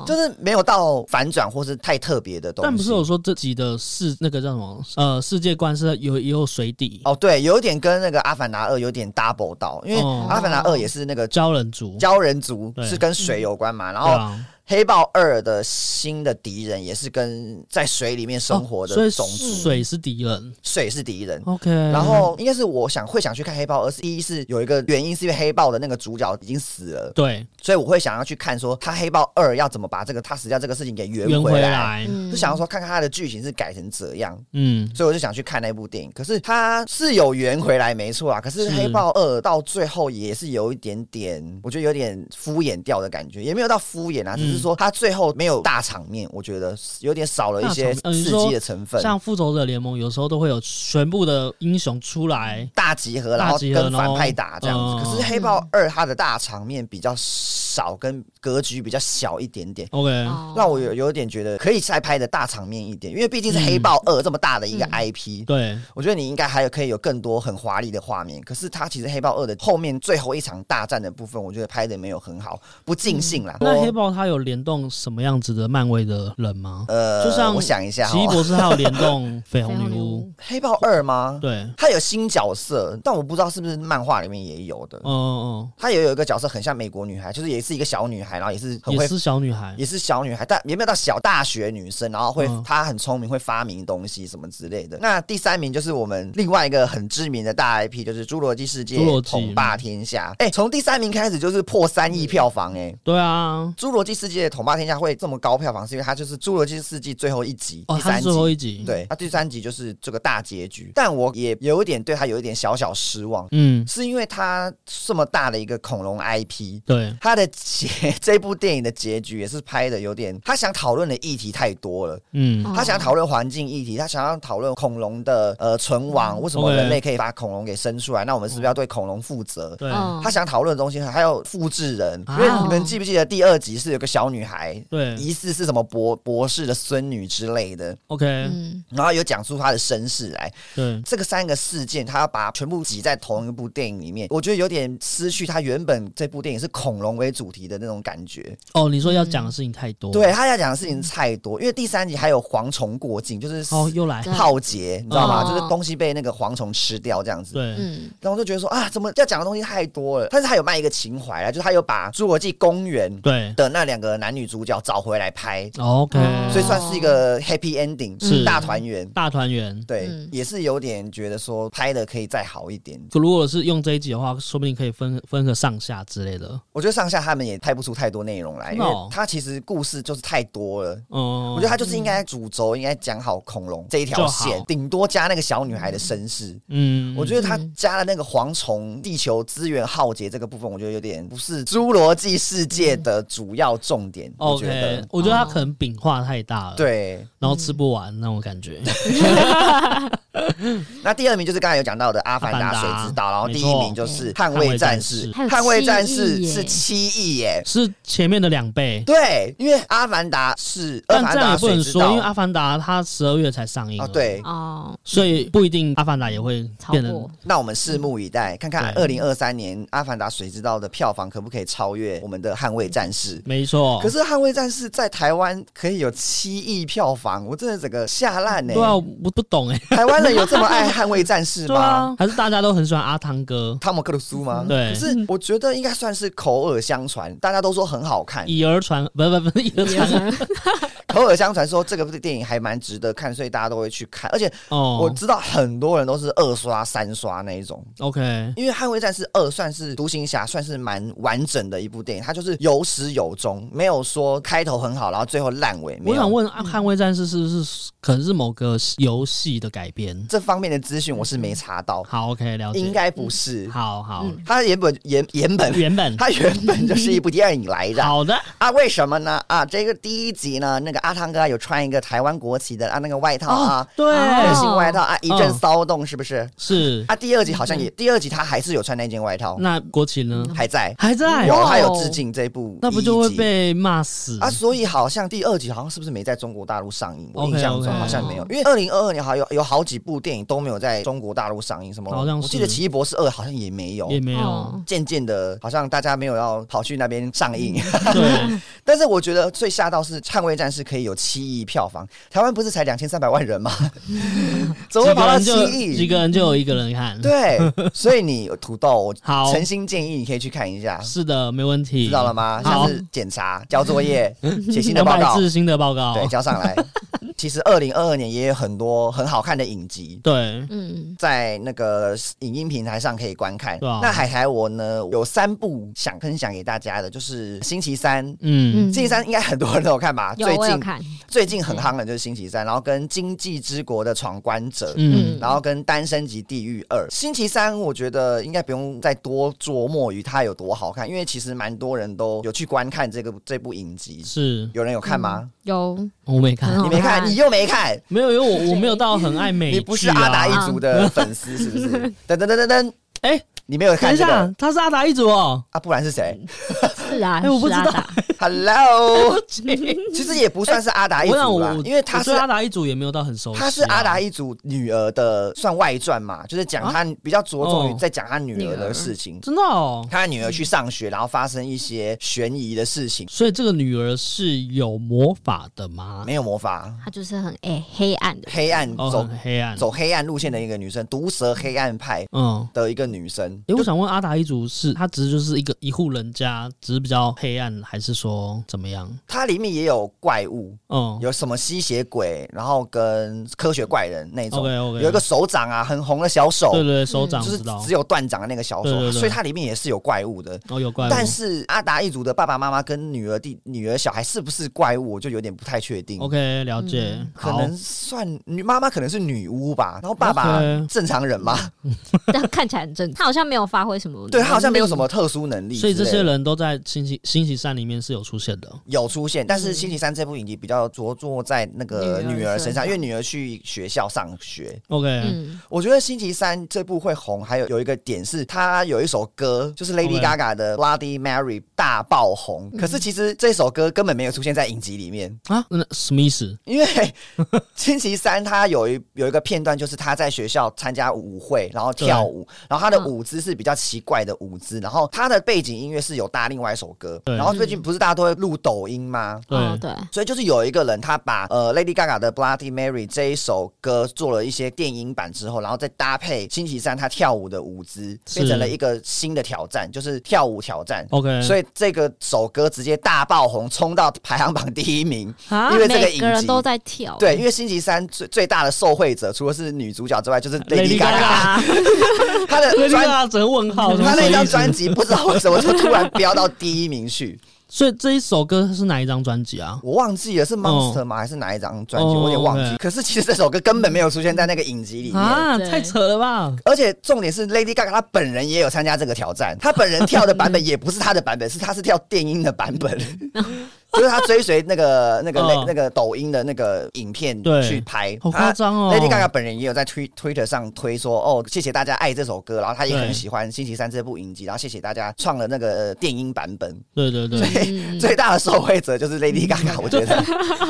哦，就是没有到反转或是太特别的东西。但不是有说这集的世那个叫什么呃世界观是有也有水底哦，对，有点跟那个《阿凡达二》有点 double 到，因为《哦阿凡达二》也是那个鲛人族，鲛人族对是跟水有关嘛，然对后《啊，黑豹二》的新的敌人也是跟在水里面生活哦所的以种族，水是哦嗯敌人。水是敌嗯人。 OK，然后应该是我想会想去看黑豹，而是一是有一个原因，是因为黑豹的那个主角已经死了，对所以我会想要去看说他黑豹二要怎么把这个他死掉这个事情给圆圆回回来，来，嗯就想要说看看他的剧情是改成怎样。嗯，所以我就想去看那部电影，可是它是有圆回来没错啊，可是《是黑豹二》到最后也是有一点点，我觉得有点敷衍掉的感觉，也没有到敷衍啊，只是说嗯它最后没有大场面，我觉得有点少了一些大场面呃你刺说激的成分，像复仇者联盟有时候都会有全部的英雄出来，大集合，然后大集合跟然反后派打这样子。嗯可是《黑豹二》它的大场面比较少。少，跟格局比较小一点点。 OK，哦让我有有点觉得可以再拍的大场面一点，因为毕竟是嗯《黑豹二》这么大的一个 IP，、对，我觉得你应该还有可以有更多很华丽的画面。可是它其实《黑豹二》的后面最后一场大战的部分，我觉得拍的没有很好，不尽兴啦。嗯那我黑豹它有联动什么样子的漫威的人吗？呃，就像我想一下奇异哈，博士它有联动绯 <laughs> 绯红红女女巫巫，黑豹二》吗？对，它有新角色，但我不知道是不是漫画里面也有的。嗯嗯它也有一个角色很像美国女孩，就是也是一个小女孩，然后也是嗯，很也会是小女孩，也是小女孩，但也没有到小大学女生，然后会、嗯她很聪明，会发明东西什么之类的。那第三名就是我们另外一个很知名的大 IP，就是《侏罗纪世界侏罗》纪统霸天下。哎、从第三名开始就是破三亿票房、哎。对啊， 《侏罗纪世界》统霸天下会这么高票房，是因为它就是《侏罗纪世纪》最后一集，哦，第它三是集最后一集，，对，那第三集就是这个大结局。但我也有一点对它有一点小小失望，嗯，是因为它这么大的一个恐龙 IP，对，他的结这部电影的结局也是拍的有点，他想讨论的议题太多了。嗯，哦他想讨论环境议题，他想要讨论恐龙的呃存嗯亡，为什么 OK 人类可以把恐龙给生出来？那我们是不是要对恐龙负责？对，嗯他想讨论的东西还有复制人，啊因为你们记不记得第二集是有个小女孩，对疑似是什么博博士的孙女之类的， ，OK，嗯，然后有讲出她的身世来。对，这个三个事件，他要把它全部挤在同一部电影里面，我觉得有点失去他原本这部电影是恐龙为主题的那种感觉。哦，你说要讲嗯的事情太多，对，他啊要讲的事情太多，因为第三集还有蝗虫过境，就是哦，又来，对浩劫，你知道吗？哦就是东西被那个蝗虫吃掉这样子。对，嗯，然后我就觉得说啊，怎么要讲的东西太多了？但是他有卖一个情怀啊，就是他有把《侏罗纪公园》对的那两个男女主角找回来拍， ，OK，哦所以算是一个 happy ending，是大团圆。大团圆。对，嗯也是有点觉得说拍的可以再好一点。如果是用这一集的话，说不定可以分分个上下之类的。我觉得上下他们也拍不出太多内容来，真因的为哦他其实故事就是太多了。嗯，我觉得他就是应该主轴应该讲好恐龙这一条就线好，顶多加那个小女孩的身世。嗯，我觉得他加了那个蝗虫、地球资源浩劫这个部分，我觉得有点不是侏罗纪世界嗯的主要重点。我觉 OK，得我觉得他哦可能饼画太大了，，对。然后吃嗯不完那种感觉。那第二名就是刚才有讲到的《阿凡阿达：凡达水之道》，然后没第错一名就是《捍捍卫卫战战士士》，还有《捍卫战士7亿》耶是七亿耶。是前面的两倍。对，因为《阿凡达》是《阿但凡这样达也不水能之说，道》因为《阿凡达》它十二月才上映啊，，对，哦，所以不一定《阿凡达》也会超变成过。那我们拭目以待，看看二对零二三年《阿凡达：谁知道》的票房可不可以超越我们的《捍卫战士》。没错可。是《捍卫战士》在台湾可以有七亿票房，我真的整个吓烂呢对。啊，我不懂哎。台湾人有这么爱《捍卫战 <laughs> 士》对吗？啊，还是大家都很喜欢阿汤哥，汤姆克鲁斯吗？对可是我觉得应该算是口耳相传，大家都说很好看，以讹传不不不以讹传口耳相传说这个电影还蛮值得看，所以大家都会去看。而且我哦。知道很多人都是二刷、三刷那一种。 OK，因为《捍卫战士二》算是独行侠算是蛮完整的一部电影，它就是有始有终，没有说开头很好，然后最后烂尾。没我有嗯想问，《捍卫战士》是不是可能是某个游戏的改编？这方面的资讯，我是没查到，好，OK，了应解。该不是。好好，嗯它原本原原本原本它原本就是一部电影来的好的，啊？为什么呢？啊，这个第一集呢，那个阿汤哥啊有穿一个台湾国旗的啊那个外套啊，对，那哦新外套啊，一阵嗯骚动，是不是？是啊，第二集好像也，第二集他还是有穿那件外套，那国旗呢？还在，还在有他有哇哦致敬这部，那不就会被骂死？啊，所以好像第二集好像是不是没在中国大陆上映？我 OK，印象中 OK 好像没有，因为二零二二年好像有有好几部电影都没有在中国大陆上映，什么好像是我记得《奇异博士二》好像也没有。也没有哦，渐渐的，好像大家没有要跑去那边上映，<laughs> 嗯对，但是我觉得最吓到是《捍卫战士》可以有七亿票房，台湾不是才两千三百万人吗？ <laughs> 怎么几会个跑到人七就几亿？个人就有一个人看，，对，所以你土豆，好我诚心建议你可以去看一下，是的，没问题，知道了吗？下好，次检查、交作 <laughs> 业、写新的两报百告，字新的报告，对，交上来。 <laughs> 其实二零二二年也有很多很好看的影集。对，嗯，在那个影音平台上可以观看。对啊那海苔我呢有三部想分享给大家的，就是星期三，嗯，星期三应该很多人都有看吧？有啊最我有近看，最近很夯的就是星期三，然后跟《经济之国的闯关者》嗯，然后跟《单身级地狱二》。星期三我觉得应该不用再多琢磨于它有多好看，因为其实蛮多人都有去观看这个这部影集。是有人有看吗？嗯有我没看，嗯你没好看，看你又没看，没有，因为我我没有到很爱美剧啊，你不是阿达一族的粉 <laughs> 丝是不是？噔噔噔噔噔，哎，你没有等看一这下个，他是阿达一族哦，啊？不然是谁？是啊，哎我不知道是阿达 Hello，其 <laughs> 实也不算是阿达一我想族哎我啦，因为他我是对阿达一族也没有到很熟悉啊、他是阿达一族女儿的算外传嘛，就是讲他比较着重哦于在讲他女儿女儿的事情。真的哦。他女儿去上学，然后发生一些悬疑的事情，所以这个女儿是有魔法的吗？没有魔法，他就是很哎、黑暗的， <laughs> 黑暗嗯哦，走很黑暗。走黑暗路线的一个女生，毒蛇黑暗派嗯，的一个女生。诶，我想问阿达一族是他只是就是一个一户人家，只是比较黑暗，还是说怎么样？它里面也有怪物，嗯有什么吸血鬼，然后跟科学怪人那种。 ，OK OK，有一个手掌啊，很红的小手，对对对手掌嗯就是知道只，有断掌的那个小手，对对对所以它里面也是有怪物的。哦有怪物，但是阿达一族的爸爸妈妈跟女儿弟、女儿小孩是不是怪物，我就有点不太确定。 OK 了解，嗯可好能算女妈妈可能是女巫吧，然后爸爸 OK 正常人嘛， <laughs> 但看起来很正。他好像没有发挥什么，对他好像没有什么。特殊能力之所类以的，这些人都在星期星期三里面是有出现的。有出现，但嗯是《星期三》这部影集比较着重在那个女儿女儿身身上，上因为女儿去学校上学， OK，、嗯，我觉得《星期三》这部会红，还有有一个点是，它有一首歌就是 Lady OK Gaga 的《Bloody Mary》大爆红。可是其实这首歌根本没有出现在影集里面，啊，那什么意思？因为《星期三》它有一有一个片段，就是她在学校参加舞会，然后跳舞，然后她的嗯舞姿是比较奇怪的舞姿，然后她的背景音乐是有搭另外一首歌，对然后最近不是大家都会录抖音吗？对，哦对，所以就是有一个人，他把呃 Lady Gaga 的《Bloody Mary》这一首歌做了一些电影版之后，然后再搭配星期三他跳舞的舞姿，是哦变成了一个新的挑战，就是跳舞挑战。 OK，所以这个首歌直接大爆红，冲到排行榜第一名。啊因为这个每影个人集都在跳，对，因为星期三最最大的受惠者，除了是女主角之外，就是 Lady Gaga。她 <laughs> 的 Lady 专 Gaga 整个问号，什么她那张意思专辑不知道为什么就突然飙到第一名去，所以这一首歌是哪一张专辑啊？我忘记了是 Monster 吗？还是哪一张专辑？哦我有点忘记。 OK 可是其实这首歌根本没有出现在那个影集里面。啊，对太扯了吧！而且重点是，Lady Gaga 她本人也有参加这个挑战，她本人跳的版本也不是她的版本，是 <laughs> 她是跳电音的版 <laughs> 本，就是她追随那个那个、嗯那个抖音的那个影片对去拍，好夸张哦她 Lady Gaga 本人也有在推 Twitter 上推说，哦，谢谢大家爱这首歌，然后她也对很喜欢星期三这部影集，然后谢谢大家创了那个呃电音版本。对 <laughs> 对对，嗯，嗯最大的受惠者就是 Lady Gaga，我觉得。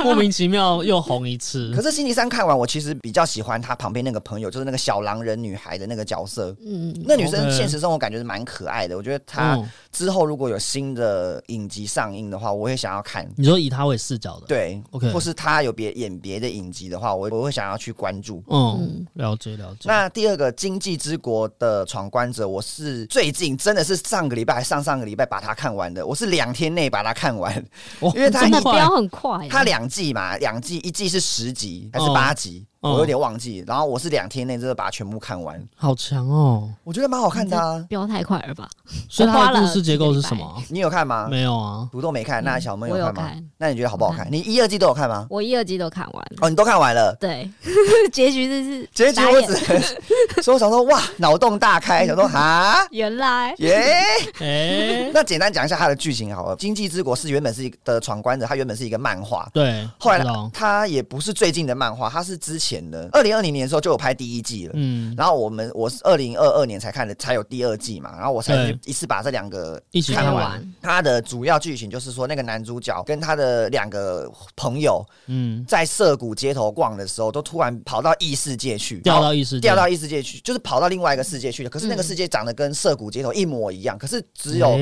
莫名其妙又红一次可。是星期三看完，我其实比较喜欢她旁边那个朋友，就是那个小狼人女孩的那个角色。嗯，嗯那女生 OK 现实生活感觉是蛮可爱的，我觉得她嗯，之后如果有新的影集上映的话，我会想要看。你说以他为视角的，，对 OK 或是她有别演别的影集的话，我我会想要去关注。嗯，了解了解。那第二个《经济之国》的闯关者，我是最近真的是上个礼拜、上上个礼拜把它看完的，我是两天内把它看完。哦因为他真的一飙很快，欸它两季嘛，两季一季是十集还是哦八集，哦我有点忘记。然后我是两天内真的把它全部看完，好强哦！嗯我觉得蛮好看的啊。飙太快了吧？所以他花的了故事结构是几个什礼拜么？你有看吗？没有 <laughs> 啊，土豆没看，那小妹我嗯有看嗯吗看？那你觉得好不好我看？你一、二季都有看吗？我一、二季都看完了，哦，你都看完了。对， <laughs> 结局就是结局打我眼只能 <laughs> 说，我想说哇，脑洞大开， <laughs> 想说哈原来耶。哎，那简单讲一下它的剧情好了，《经济之国》是原本是一个的闯关者，它原本是一个漫画。对，后来知道它也不是最近的漫画，它是之前的。二零二零年的时候就有拍第一季了，嗯，然后我们我是二零二二年才看的，才有第二季嘛，然后我才对一次把这两个一起看看完完。它的主要剧情就是说，那个男主角跟他的两个朋友嗯，在涩谷街头逛的时候，都突然跑到异世界去，掉到异世界，掉到异世界去，就是跑到另外一个世界去了。可是那个嗯世界长得跟涩谷街头一模一样，可是只有、哎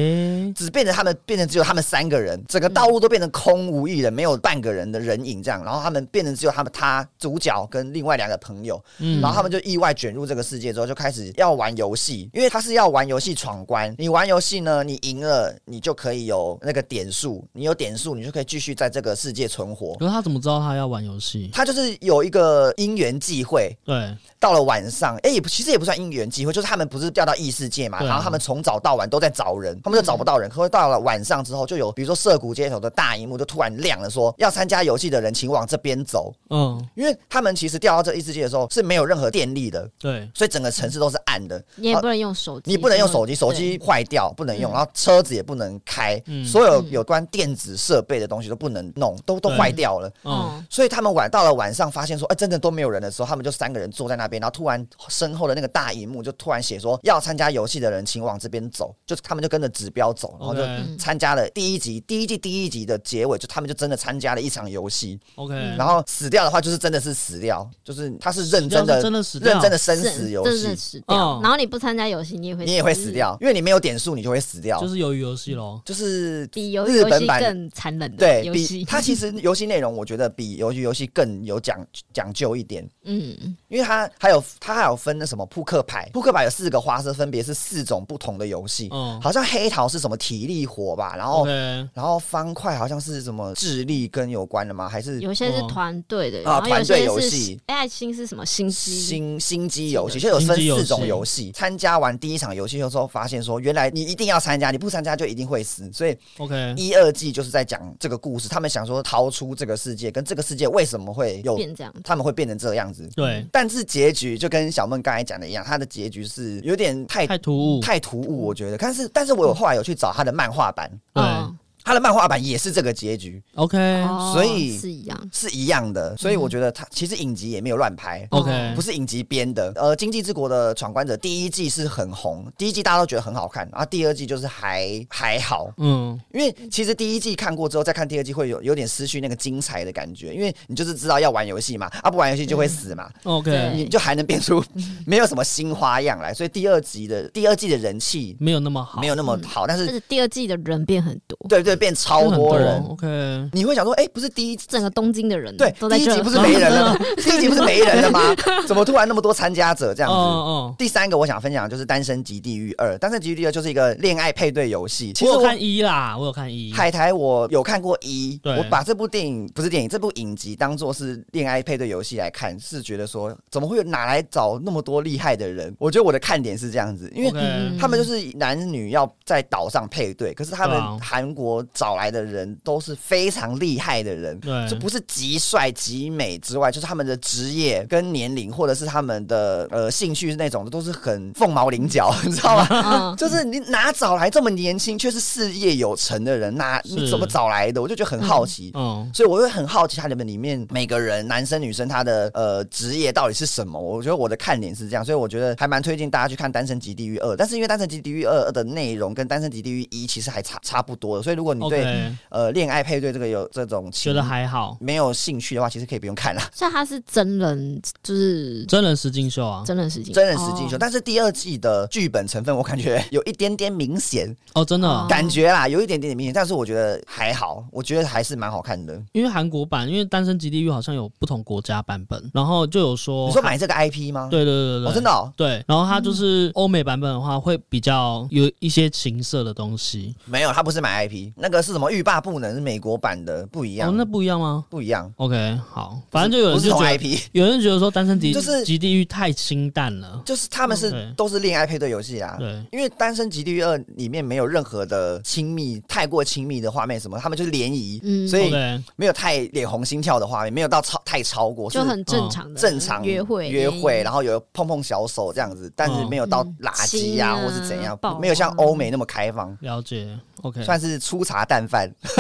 只变成他们变成只有他们三个人，整个道路都变成空无一人，没有半个人的人影这样。然后他们变成只有他们他主角跟另外两个朋友，嗯然后他们就意外卷入这个世界之后，就开始要玩游戏，因为他是要玩游戏闯关。你玩游戏呢，你赢了你就可以有那个点数，你有点数你就可以继续在这个世界存活。可是他怎么知道他要玩游戏？他就是有一个因缘际会，对，到了晚上，哎、也不其实也不算因缘际会，就是他们不是掉到异世界嘛，对啊嗯然后他们从早到晚都在找人，他们就找不到人。可是到了晚上之后，就有比如说涩谷街头的大荧幕就突然亮了说要参加游戏的人请往这边走，嗯，因为他们其其实掉到这异世界的时候是没有任何电力的，对，所以整个城市都是暗嗯的。你也不能用手啊机，你不能用手机，对手机坏掉不能用，嗯然后车子也不能开，嗯所有嗯有关电子设备的东西都不能弄，都都对坏掉了。嗯，嗯，所以他们晚到了晚上，发现说，哎、真的都没有人的时候，他们就三个人坐在那边，然后突然身后的那个大荧幕就突然写说，要参加游戏的人请往这边走，就是他们就跟着指标哦走，然后就 OK 参加了第一集，第一季第一集的结尾，就他们就真的参加了一场游戏， OK，嗯然后死掉的话就是真的是死掉，就是他是认真死掉的是真的死掉认真的生是死游真戏的。死掉嗯。然后你不参加游戏，你也会你也会死。掉，因为你没有点数，你就会死掉。就是鱿鱼游戏喽。就是比游日游本戏版更残忍的对游比戏，它其实游戏内容，我觉得比游戏游戏更有讲讲究一点，嗯，因为它还有它还有分那什么扑克牌，扑克牌有四个花色，分别是四种不同的游戏，嗯好像黑桃是什么体力活吧，然后、 ，OK，然后方块好像是什么智力跟有关的吗？还是有些是哦团队的，啊然后有团队游些是戏哎爱心是什么心机？新新机游戏，就有分新机游戏四种游戏。参加完第一场游戏的时候，发现说原来你一定要参加，你不参加就一定会死，所以 OK，一二季就是在讲这个故事，他们想说逃出这个世界，跟这个世界为什么会有，变这样，他们会变成这样子。对，但是结局就跟小梦刚才讲的一样，它的结局是有点太太突兀，太突兀，我觉得。但是但是我有后来有去找他的漫画版，对嗯他的漫画版也是这个结局， ，OK，哦所以是一样，是一样的，所以我觉得他其实影集也没有乱拍。 OK 不是影集编的，呃，《经济之国的闯关者》第一季是很红，第一季大家都觉得很好看，然后第二季就是还还好，嗯，因为其实第一季看过之后，再看第二季会有有点失去那个精彩的感觉，因为你就是知道要玩游戏嘛，啊不玩游戏就会死嘛， OK，对你就还能变出 <laughs> 没有什么新花样来，所以第二集的第二季的人气没有那么好，没有那么好，但但是是第二季的人变很多，对对变超很多人， OK，你会想说，哎、不是第一整个东京的人对都在第一这集不是没人了吗？ <laughs> 第一集不是没人了吗？怎么突然那么多参加者这样嗯子？嗯，第三个我想分享的就是《单身级地狱二》，《单身级地狱二》就是一个恋爱配对游戏，其我实有我看一啦，我有看一，海苔我有看过一，对我把这部电影不是电影，这部影集当做是恋爱配对游戏来看，是觉得说怎么会有哪来找那么多厉害的人？我觉得我的看点是这样子，因为 OK，嗯他们就是男女要在岛上配对，可是他对啊们韩国找来的人都是非常厉害的人，对就不是极帅极美之外，就是他们的职业跟年龄，或者是他们的呃兴趣那种，都是很凤毛麟角， <laughs> 你知道吗？ <laughs> 嗯，就是你哪找来这么年轻却是事业有成的人？哪是你怎么找来的？我就觉得很好奇。嗯所以我会很好奇他们里面每个人，男生女生他的呃职业到底是什么？我觉得我的看点是这样，所以我觉得还蛮推荐大家去看《单身级地狱二》，但是因为《单身级地狱二》呃的内容跟《单身级地狱一》其实还差差不多的，所以如果你对，OK，呃恋爱配对这个有这种觉情得还好，没有兴趣的话，其实可以不用看啦。所以他是真人，就是真人实境秀啊，真人实景，真人实境秀，哦但是第二季的剧本成分我感觉有一点点明显，哦，真的，哦感觉啦，有一点点明显，但是我觉得还好，我觉得还是蛮好看的。因为韩国版，因为《单身级地狱》好像有不同国家版本，然后就有说，你说买这个 IP 吗？，哦对对对对我、对，真的、嗯哦、对，然后它就是欧美版本的话，会比较有一些情色的东西。没有，他不是买 IP，那个是什么欲罢不能，是美国版的，不一哦样，，那不一样吗不一样， ？OK，好，反正就有不人是就同觉得， IP，有人觉得说《单身级就是级地狱》太清淡了。 <laughs> 就是他们是、哦对都是恋爱配对游戏啊。对，因为《单身级地狱二》里面没有任何的亲密，太过亲密的画面什么，他们就是联谊，嗯所以 OK，没有太脸红心跳的画面，没有到超太超过，就是很正常的嗯正常约会约会，后然后有碰碰小手这样子，但哦是没有到嗯垃圾呀、亲啊或是怎样，抱啊没有像欧美那么开放，了解。OK，算是粗茶淡饭， <laughs>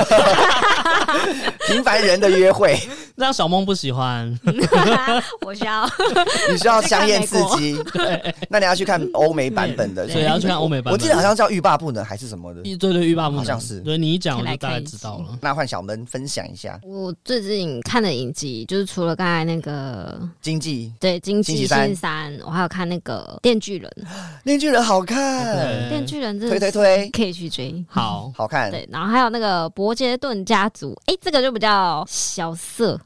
平凡人的约 <laughs> 会，让小梦不喜欢。 <laughs> 我需要你需要香艳刺激，那你要去看欧美版本的，对所以要去看欧美版本我记得好像叫欲罢不能还是什么的。嗯一对对欲罢不能，好像是对你一讲我可以来就大概看一知道了。那换小闷分享一下我最近看的影集，就是除了刚才那个经济嗯对《经星期济三星期三》，我还有看那个《电锯人》， 《恋巨人》好看， OK 电锯人》真推嗯推的是推，嗯可以去追。好，好看对，然后还有那个伯杰顿家族，哎、这个就比较小色。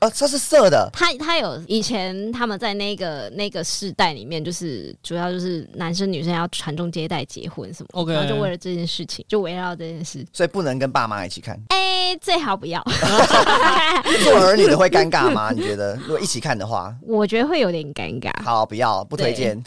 哦，这是色的，他他有以前他们在那个那个世代里面，就是主要就是男生女生要传宗接代、结婚什么 OK 然后就为了这件事情，就围绕这件事。所以不能跟爸妈一起看。哎、最好 <laughs> 不要，做儿女的会尴尬吗？你觉得如果一起看的话？我觉得会有点尴尬。好，不要，不推荐。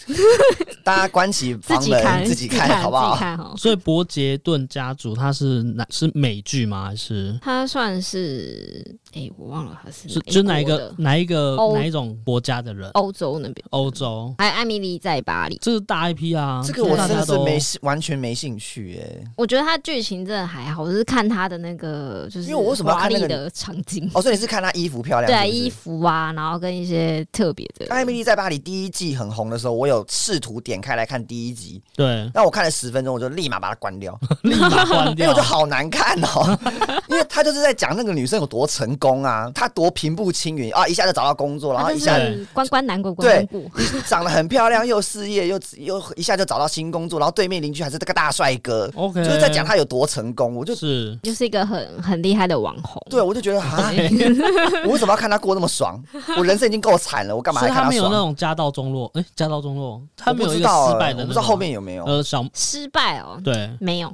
<laughs> 大家关起自房己看，门自己看，好不自己好？看哦。所以伯杰顿家族它是哪是美剧吗？还是它算是哎，我忘了他是是哪就是哪一国个的哪一个欧哪一种国家的人？欧洲那边，欧洲，还有艾米丽在巴黎。这是大 IP 啊，这个我大真家的是都没兴完全没兴趣哎、我觉得它剧情真的还好，我是看它的那个就是因为我为什么要华看那丽个的场景，哦，所以你是看她衣服漂亮对啊，是哎不是衣。服啊，然后跟一些特别的。艾米丽在巴黎第一季很红的时候，我有试图点开来看第一集，对，但我看了十分钟，我就 <laughs> 立马把它关掉，立马关因为我掉觉得。好难看哦。 <laughs> 因为他就是在讲那个女生有多成功啊，她多平步青云啊，一下就找到工作，然后它一就下是关关难过关对关过，长得很漂亮，又有事业又又一下就找到新工作，然后对面邻居还是这个大帅哥， OK，就是在讲他有多成功。我就是就是一个很很厉害的网红。对我就觉得啊， <laughs> 我为什么要看他过那么爽？我人生已经够惨了，我干嘛所还以看他没有那爽？种家道中落，哎、家道中落，他我没不有一知个道啊，失败的那种吗，我不知道后面有没有。呃小失败哦，对没有，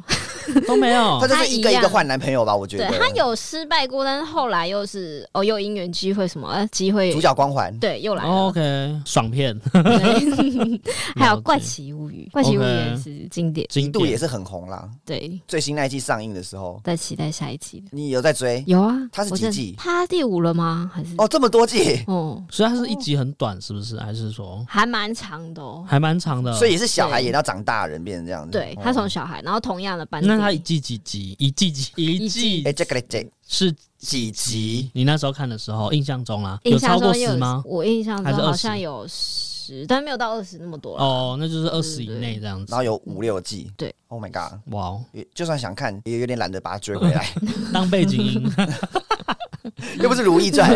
都没 <laughs> 有他，就是一个他一一样个换男朋友吧，我觉对得。他有失败过，但是后来又是哦，又因缘机会什么，呃，机会主角光环，对又来了。哦 OK 爽片，对 <laughs> 还有《了解怪奇物语》，《怪奇物语》也 OK 是经典。一经度也典是很红啦。对，最新那一季上映的时候，再期待下一季的。你有在追？有啊，它是我几记得季它第五了吗？还是哦，这么多季，哦，所以它是一集很短，是不是？还是说还蛮长的哦。还蛮长的？所以也是小孩对演到长大人变成这样子。哦对，他从小孩，然后同样的班级，那它一季几集？一季几？一一季季哎，这个这是几集？你那时候看的时候，印象中啦，啊有印象超过中也十有吗？我印象还中是好20像有十，但没有到二十那么多了。哦，那就是二十以对内这样子然。后有五六季。对，Oh my god，哇哦，也就算想看，也有点懒得把它追回来，当背景音。嗯 <laughs> 又不是《如懿传》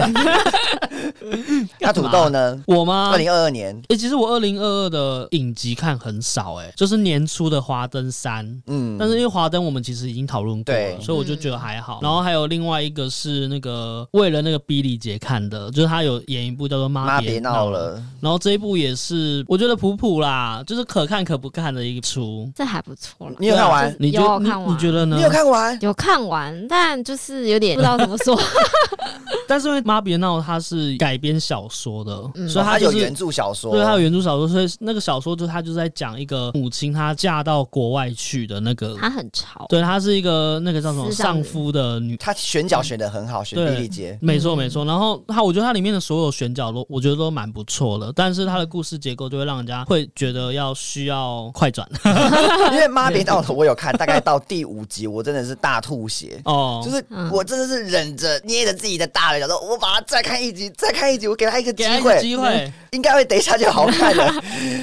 <laughs> 了。那土豆呢？我吗二？零二二年，哎、其实我二零二二的影集看很少、诶，哎，就是年初的《华灯三》，嗯，但是因为华灯我们其实已经讨论过了，对嗯所以我就觉得还好。然后还有另外一个是那个为了那个比利姐看的，就是她有演一部叫做《妈妈别闹闹》，了，然后这一部也是我觉得普普啦，就是可看可不看的一出。这还不错了。你有看完？啊你觉有得看你完你觉得呢你？有看啊完？有看完，但就是有点不知道怎么 <laughs> 说。但是因为《妈别闹》它是改编小说的，嗯所以它哦它就有是原著小说，对，他有原著小说，所以那个小说就他就是在讲一个母亲她嫁到国外去的那个，他很潮，对，她是一个那个叫什么私嗯上丧的夫的女，他选角选的很好，选对比利 <laughs> 杰。没错没错。然后她，我觉得它里面的所有选角都我觉得都蛮不错的，但是它的故事结构就会让人家会觉得要需要快转因为妈别闹了，我有看，大概到第五集，我真的是大吐血。哦，就就是是嗯我真的是忍着捏着自己的大人，想说我把它再看一集，再看一集，我给他一个给机他一个会，机会，应该会等一下就好看 <laughs> 了。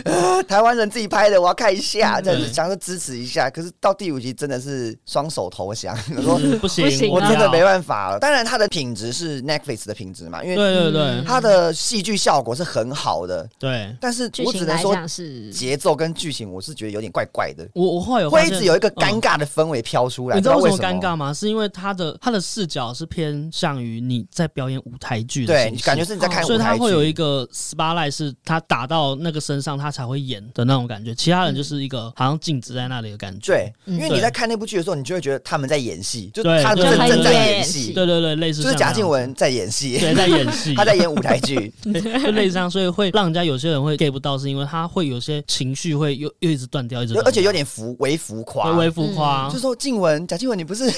呃台湾人自己拍的，我要看一下，这样子嗯对想说支持一下。可是到第五集真的是双手投 <laughs> 降，我说嗯不行不行我要真的没办法了。当然，它的品质是 Netflix 的品质嘛，因为对对对嗯它的戏剧效果是很好的，对。但是剧我只情能来说讲是节奏跟剧情，我是觉得有点怪怪的，我我后来有会发一现直有一个尴嗯尬的氛围飘出来，你知道道为什么什尴尬吗？是因为他的他的视角是偏向于你在表演舞台剧的对形，式，感觉是你在看所舞以他台会有一剧。个 spotlight 是他打到那个身上，他才会演的那种感觉。其他人就是一个好像静止在那里的感觉。嗯对，嗯因为对你在看那部剧的时候，你就会觉得他们在演戏，就对他们对正对正在对演对戏，对对对，类似就是像贾那静样啊雯在演戏，对在演 <laughs> 戏，她在演舞台 <laughs> 剧。就类似这样，所以会让人家有些人会 get 不到，是因为他会有些情绪会又又一直断掉，一直就断掉而且有嗯点浮微浮夸微。微浮夸嗯就，说静雯，贾静雯，你不是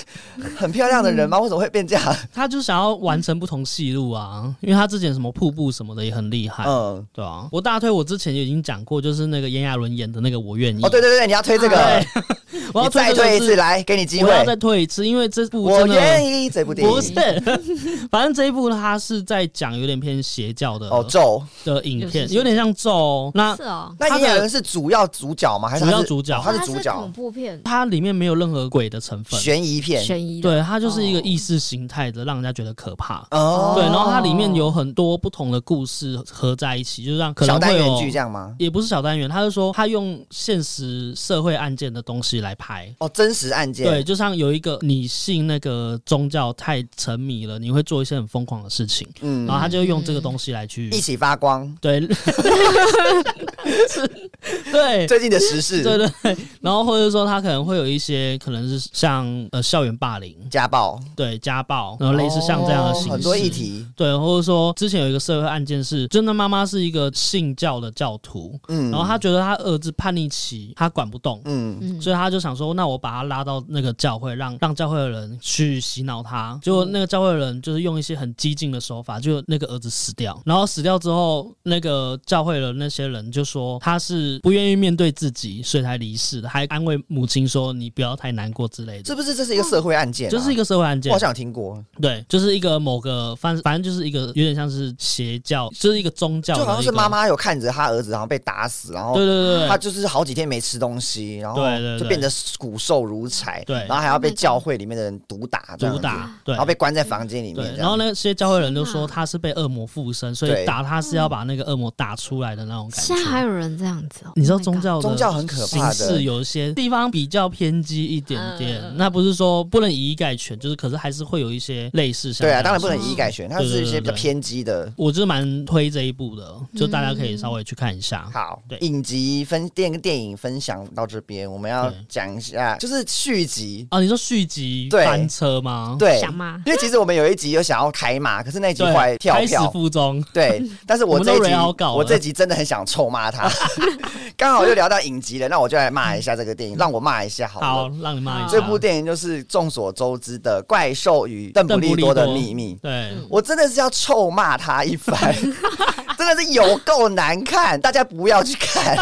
很漂亮的人吗？为什么会变这样？他就是想要完成不同戏路啊，因为他之前什么瀑布什么的也很厉害。嗯，对啊，我大推我之前已经讲过，就是那个炎亚纶演的那个《我愿意》。哦，对对对，你要推这个， <laughs> 我要你再这个推一是次，来，给你机我会。要再推一次，因为这部我真的愿意这部电不是 <laughs> 影。，反正这一部它是在讲有点偏邪教的哦，咒。的影有片，是有点像咒哦。那是哦，那他的炎亚纶是主要主角吗？还是他主要是主角哦他是它主恐角，怖片它里面没有任何鬼的成分，悬疑片。悬疑的，对，它就是一个哦意识形态的，让人家觉得可怕。哦，对，然后它里面有很多不同的故事合在一起，就让可小能单会元剧这有。样吗？也不是小单元，他是说他用现实社会案件的东西来拍，哦，真实案件。对，，就像有一个你信那个宗教太沉迷了，你会做一些很疯狂的事情，然嗯， <laughs> 后他就用这个东西来去一起发光。对，对最近的时事，对对对，然后或者说他可能会有一些可能是像呃校园霸凌，家暴，对家暴，然后类似像这样的哦形式，很多议题，对，或者说之前有一个社会案件是，真的妈妈是一个信教的教徒，嗯然后她觉得她儿子叛逆期，她管不动。嗯，嗯所以她就想说，那我把他拉到那个教会，让让教会的人去洗脑他。结果那个教会的人就是用一些很激进的手法，就那个儿子死掉。然后死掉之后，那个教会的那些人就说他是不愿意面对自己，所以才离世的，还安慰母亲说你不要太难过之类是的。不是这是一个社会案件啊？就是一个社会案件，我好像有听过，对，就是一个某个反反正就是一个有点像是邪教，就是一个宗教的就一个，好像是妈哦妈有看着她儿子，然后被打死，然后对，对对她对就是好几天没吃东西，然后对对对就变得骨瘦如柴，对然后还要被教会里面的人毒打，这样毒子，打对然后。被关在房间里面对，这样，然后那些教会人就说天哪他是被恶魔附身，所以对打他是要把那个恶魔打出来的那种感现在还觉。有人这样子哦，你知道 Oh my 宗 God 教的宗教很可怕形的式有一些地方比较偏激一点点嗯嗯，嗯那不是说不能以一概全，就是可是还是会有一些类似像对啊，这当样然子不能以一概全，它对是一些对对比较对偏激的。我就是蛮推这一部的，就大家可以稍嗯微去看一下。好对，影集分电跟电影分享到这边，我们要对讲一下，就是续集，啊，你说续集对翻车哦吗？对，想吗因为其实我们有一集有想要开骂，可是那一集对，后来跳开始票，附中，对， <laughs> 但是我这我一们都集 real 稿了我这集真的很想臭骂 <laughs> 他，刚好又聊到影集了，那我就来骂一下这个电影，让我骂一下好了。嗯好，让你骂一下。这部电影就是众所周知的《怪兽与邓布利多的秘密》，对，我真的是要臭骂他一番， <laughs> 真的是有够难看，大家不要去 <laughs> 看，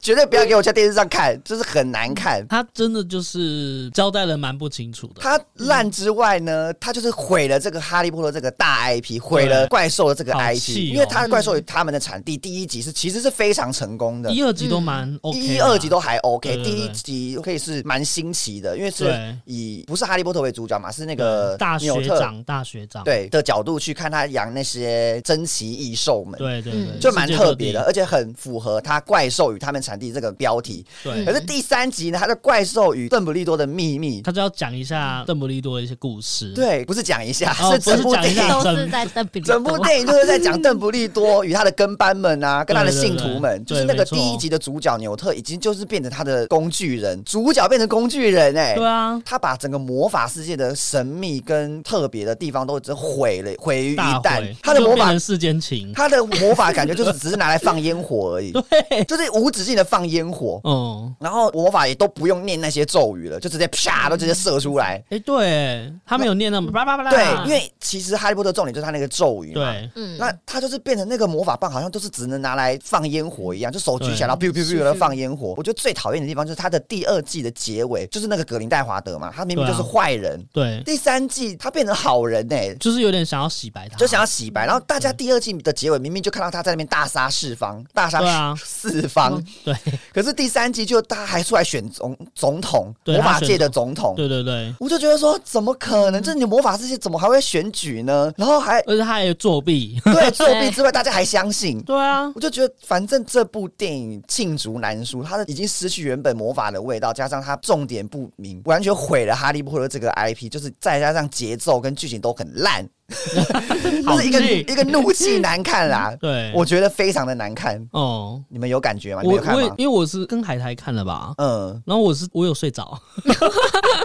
绝对不要给我在电视上看，就是很难看。他真的就是交代的蛮不清楚的。它烂之外呢，它就是毁了这个《哈利波特》这个大 IP，毁了怪兽的这个好 IP，、气哦因为它的怪兽与他们的产地第一集是其实是非常成功的。嗯一、二集都蛮嗯 OK，啊一、二集都还 OK，对对第对一集可以是蛮新奇的，因为是对以不是哈利波特为主角嘛，是那那个大纽呃学特长，大学长，对的角度去看他养那些珍奇异兽们，对对对，就蛮特别的，世而且很符合他怪兽与他们产地这个标题。界各地。可对，是第三集呢，他的怪兽与邓布利多的秘密，他就要讲一下邓布利多的一些故事。，对，不是讲一下，哦是 <laughs> 整不部是讲电一影下。 <laughs> 都是在邓比利多整部电影就是在讲邓布利多与他的跟班们啊，跟他的信徒们，对就对对是那个对没错第一集的主角纽特已经就是变成他的工具人，主角变成工具人哎、对啊，他把整个魔法世界的神秘跟特别的地方都只毁了，毁于一大旦会。他的就魔变法成，世间情。他的魔法感觉就是只是拿来放烟火而已，对，就是无止境的放烟火。嗯，然后魔法也都不用念那些咒语了，就直接啪都直接射出来。哎，对他没有念那么叭叭叭叭。对，因为其实哈利波特重点就是他那个咒语嘛。嗯对嗯那他就是变成那个魔法棒，好像就是只能拿来放烟火一样，就手举起来，然后 biu biu biu 然后放烟火。我觉得最讨厌的地方就是他的第二季的结尾，就是那个格林戴华德嘛，他明明就是坏人，对，第三季他变成好人欸呢、就是有点想要洗白他，就想要洗嗯白，然后大家第二季的结尾明明就看到他在那边大杀四方，大对杀啊四方，对可是第三季就他还出来选总总统，对魔法界的他选总统，对对对，我就觉得说怎么可能？这你魔法世界怎么还会选举呢？然后还而且他还有作 <laughs> 弊。 <laughs> 对作弊之外，大家还相信，对啊，我就觉得，反正这部电影罄竹难书，它的已经失去原本魔法的味道，加上它重点不明，完全毁了《哈利波特》这个 IP，就是再加上节奏跟剧情都很 <laughs> 烂，就好是一个气。一个怒气难看啦 <laughs> 对，我觉得非常的难看，哦，你们有感觉吗？你我们有看我也吗？因为我是跟海苔看了吧，嗯，然后我是我有睡着，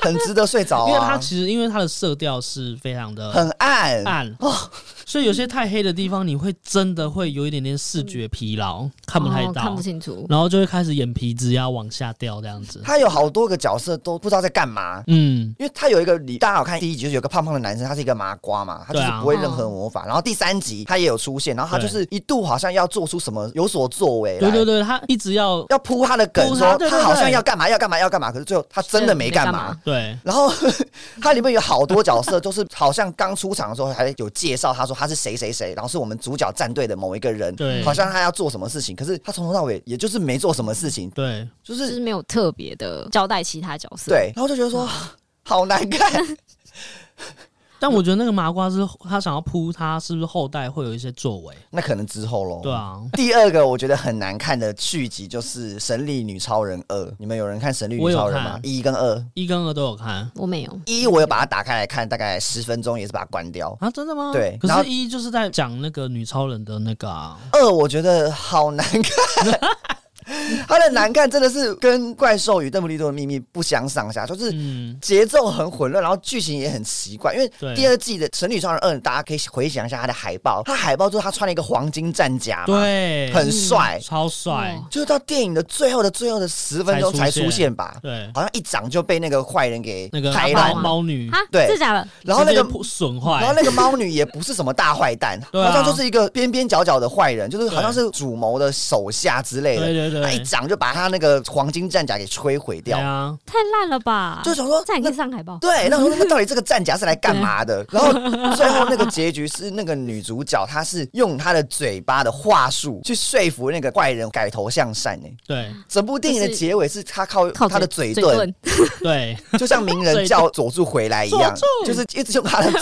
很值得睡着因为它啊，其实因为它的色调是非常的很暗，暗哦，所以有些太黑的地方你会真的会有一点点视觉疲劳，看不太哦看到不，清楚，然后就会开始眼皮子要往下掉这样子。它有好多个角色都不知道在干嘛。嗯，因为他有一个你大家有看第一集，就是有个胖胖的男生，他是一个麻瓜嘛，他就是对啊不会任何魔法。然后第三集他也有出现，然后他就是一度好像要做出什么有所作为来，对对对，他一直要要铺他的梗铺他说对对他好像对要干嘛要干嘛要干嘛，可是最后他真的没干嘛。对然后它里面有好多角色，就是好像刚出场的时候还有介绍，他说他是谁谁谁，然后是我们主角战队的某一个人，对好像他要做什么事情，可是他从头到尾也就是没做什么事情，对，就就是是没有特别的交代其他角色。对，然后就觉得说好难看，但我觉得那个麻瓜是他想要铺，他是不是后代会有一些作为？那可能之后喽。对。啊，第二个我觉得很难看的续集就是《神力女超人二》，你们有人看《神力我女有超人》吗看？一跟二，一跟二都有看我没有，一我有把它打开来看，大概十分钟，也是把它关掉。啊，真的吗？对可然后是一就是在讲那个女超人的那个啊，二我觉得好难看。它的难看真的是跟《怪兽与邓布利多的秘密》不相上下，就是嗯，节奏很混乱，然后剧情也很奇怪。因对为第二季的《神女超人二》，大家可以回想一下它的海报，它海报就是他穿了一个黄金战甲嘛，对，很帅。哦超帅，就是到电影的最后的最后的十分钟才才出现出现吧，对，好像一掌就被那个坏人给那个拍烂烂猫吗。猫女啊，对真的假的？然后那个直接损然后坏，那个猫女也不是什么大坏蛋， <laughs> 对啊好像就是一个边边角角的坏人，就是好像对是主谋的手下之类对的。对他一对，掌就把他那个黄金战甲给摧毁对掉，啊，太烂了吧！就想说这还可那以上海报，对，那我说那到底这个战甲是来干嘛 <laughs> 的？然后最后那个结局是那个女主角，她是用她的嘴巴的话术去说服那个怪人改头向善呢、对整部电影的就是结尾是她靠靠她的嘴嘴遁，，对， <laughs> 就像名人叫佐助回来一样，就是一直用她的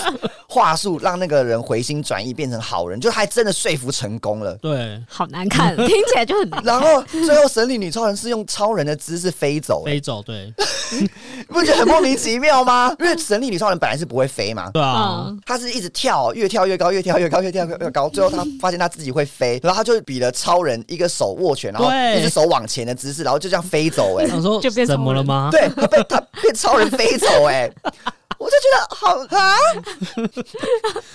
话术让那个人回心转意变成好人，就还真的说服成功了。对，好难 <laughs> 看，听起来就很难看。然后最后神力女超人是用超人的姿势飞走、欸，飞走，对，你不觉得很莫名其妙吗？因为神力女超人本来是不会飞嘛，对啊，嗯，他是一直跳，越跳越高，越跳越高，越跳越高，最后他发现他自己会飞，然后他就比了超人一个手握拳，然后对一只手往前的姿势，然后就这样飞走、哎，想说就变怎超么人了吗？对他被他被超人飞走、哎。我就觉得好啊，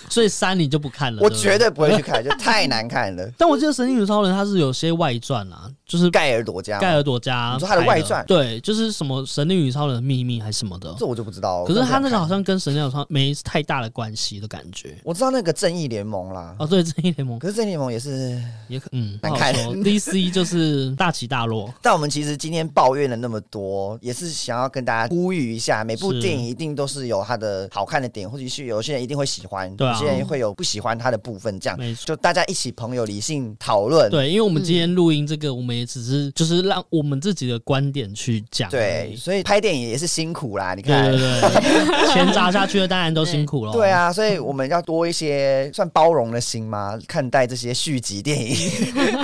所以三你就不看了，我对不绝对不会去看，就太难看 <laughs> 了。但我记得《神力女超人》它是有些外传啊，就是盖尔朵家，盖尔朵家你说它的外传拍对，就是什么《神力女超人的秘密》还是什么的。这我就不知道。可是我不它想那个好看像跟《神力女超人》没太大的关系的感觉。我知道那个正义联盟啦，哦，对，《正义联盟》可是正义联盟也是。也可嗯，嗯难看不好说 DC 就是大起大落，但我们其实今天抱怨了那么多，也是想要跟大家呼吁一下，每部是电影一定都是有它的好看的点，或者是有些人一定会喜欢，对啊有些人会有不喜欢它的部分，这样没错。就大家一起朋友理性讨论。对，因为我们今嗯天录音这个，我们也只是就是让我们自己的观点去讲。对，，所以拍电影也是辛苦啦，你对看对。 <laughs> 对，钱砸下去了，当然都辛苦了。对，啊，所以我们要多一些算包容的心吗？看待这些续集电影，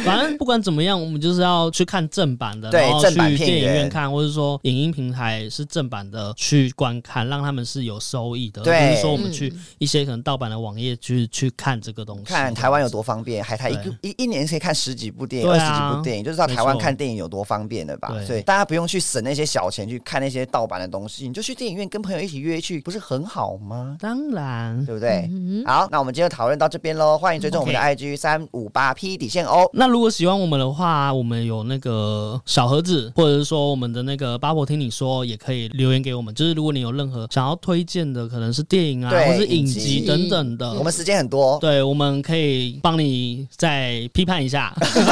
反正不管怎么样，我们就是要去看正版的，对然后去正版电片影源院看，或者说影音平台是正版的去观看，让他们是有收益的。对而不是说我们去一些可能盗版的网页去去看这个东西。看台湾有多方便，海苔一对个一一年可以看十几部电影、二对十、啊几部电影，就知道台湾没错看电影有多方便了吧？对所以大家不用去省那些小钱去看那些盗版的东西，你就去电影院跟朋友一起约去，不是很好吗？当然，对不对？嗯好，那我们今天讨论到这边喽，欢迎追踪我们的 IG 三五八 P 底线哦。那如果喜欢我们的话，我们有那个小盒子，或者是说我们的那个巴博听你说，也可以留言给我们。就是如果你有任何想要推荐的，可能是电影啊，对或是影影集集等等的，我们时间很多，嗯哦对，我们可以帮你再批判一下， <laughs>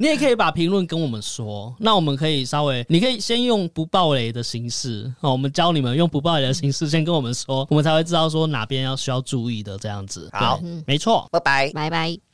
你也可以把评论跟我们说，那我们可以稍微，你可以先用不爆雷的形式，哦，我们教你们用不爆雷的形式先跟我们说，我们才会知道说哪边要需要注意的这样子。好对，没错。拜拜。拜拜。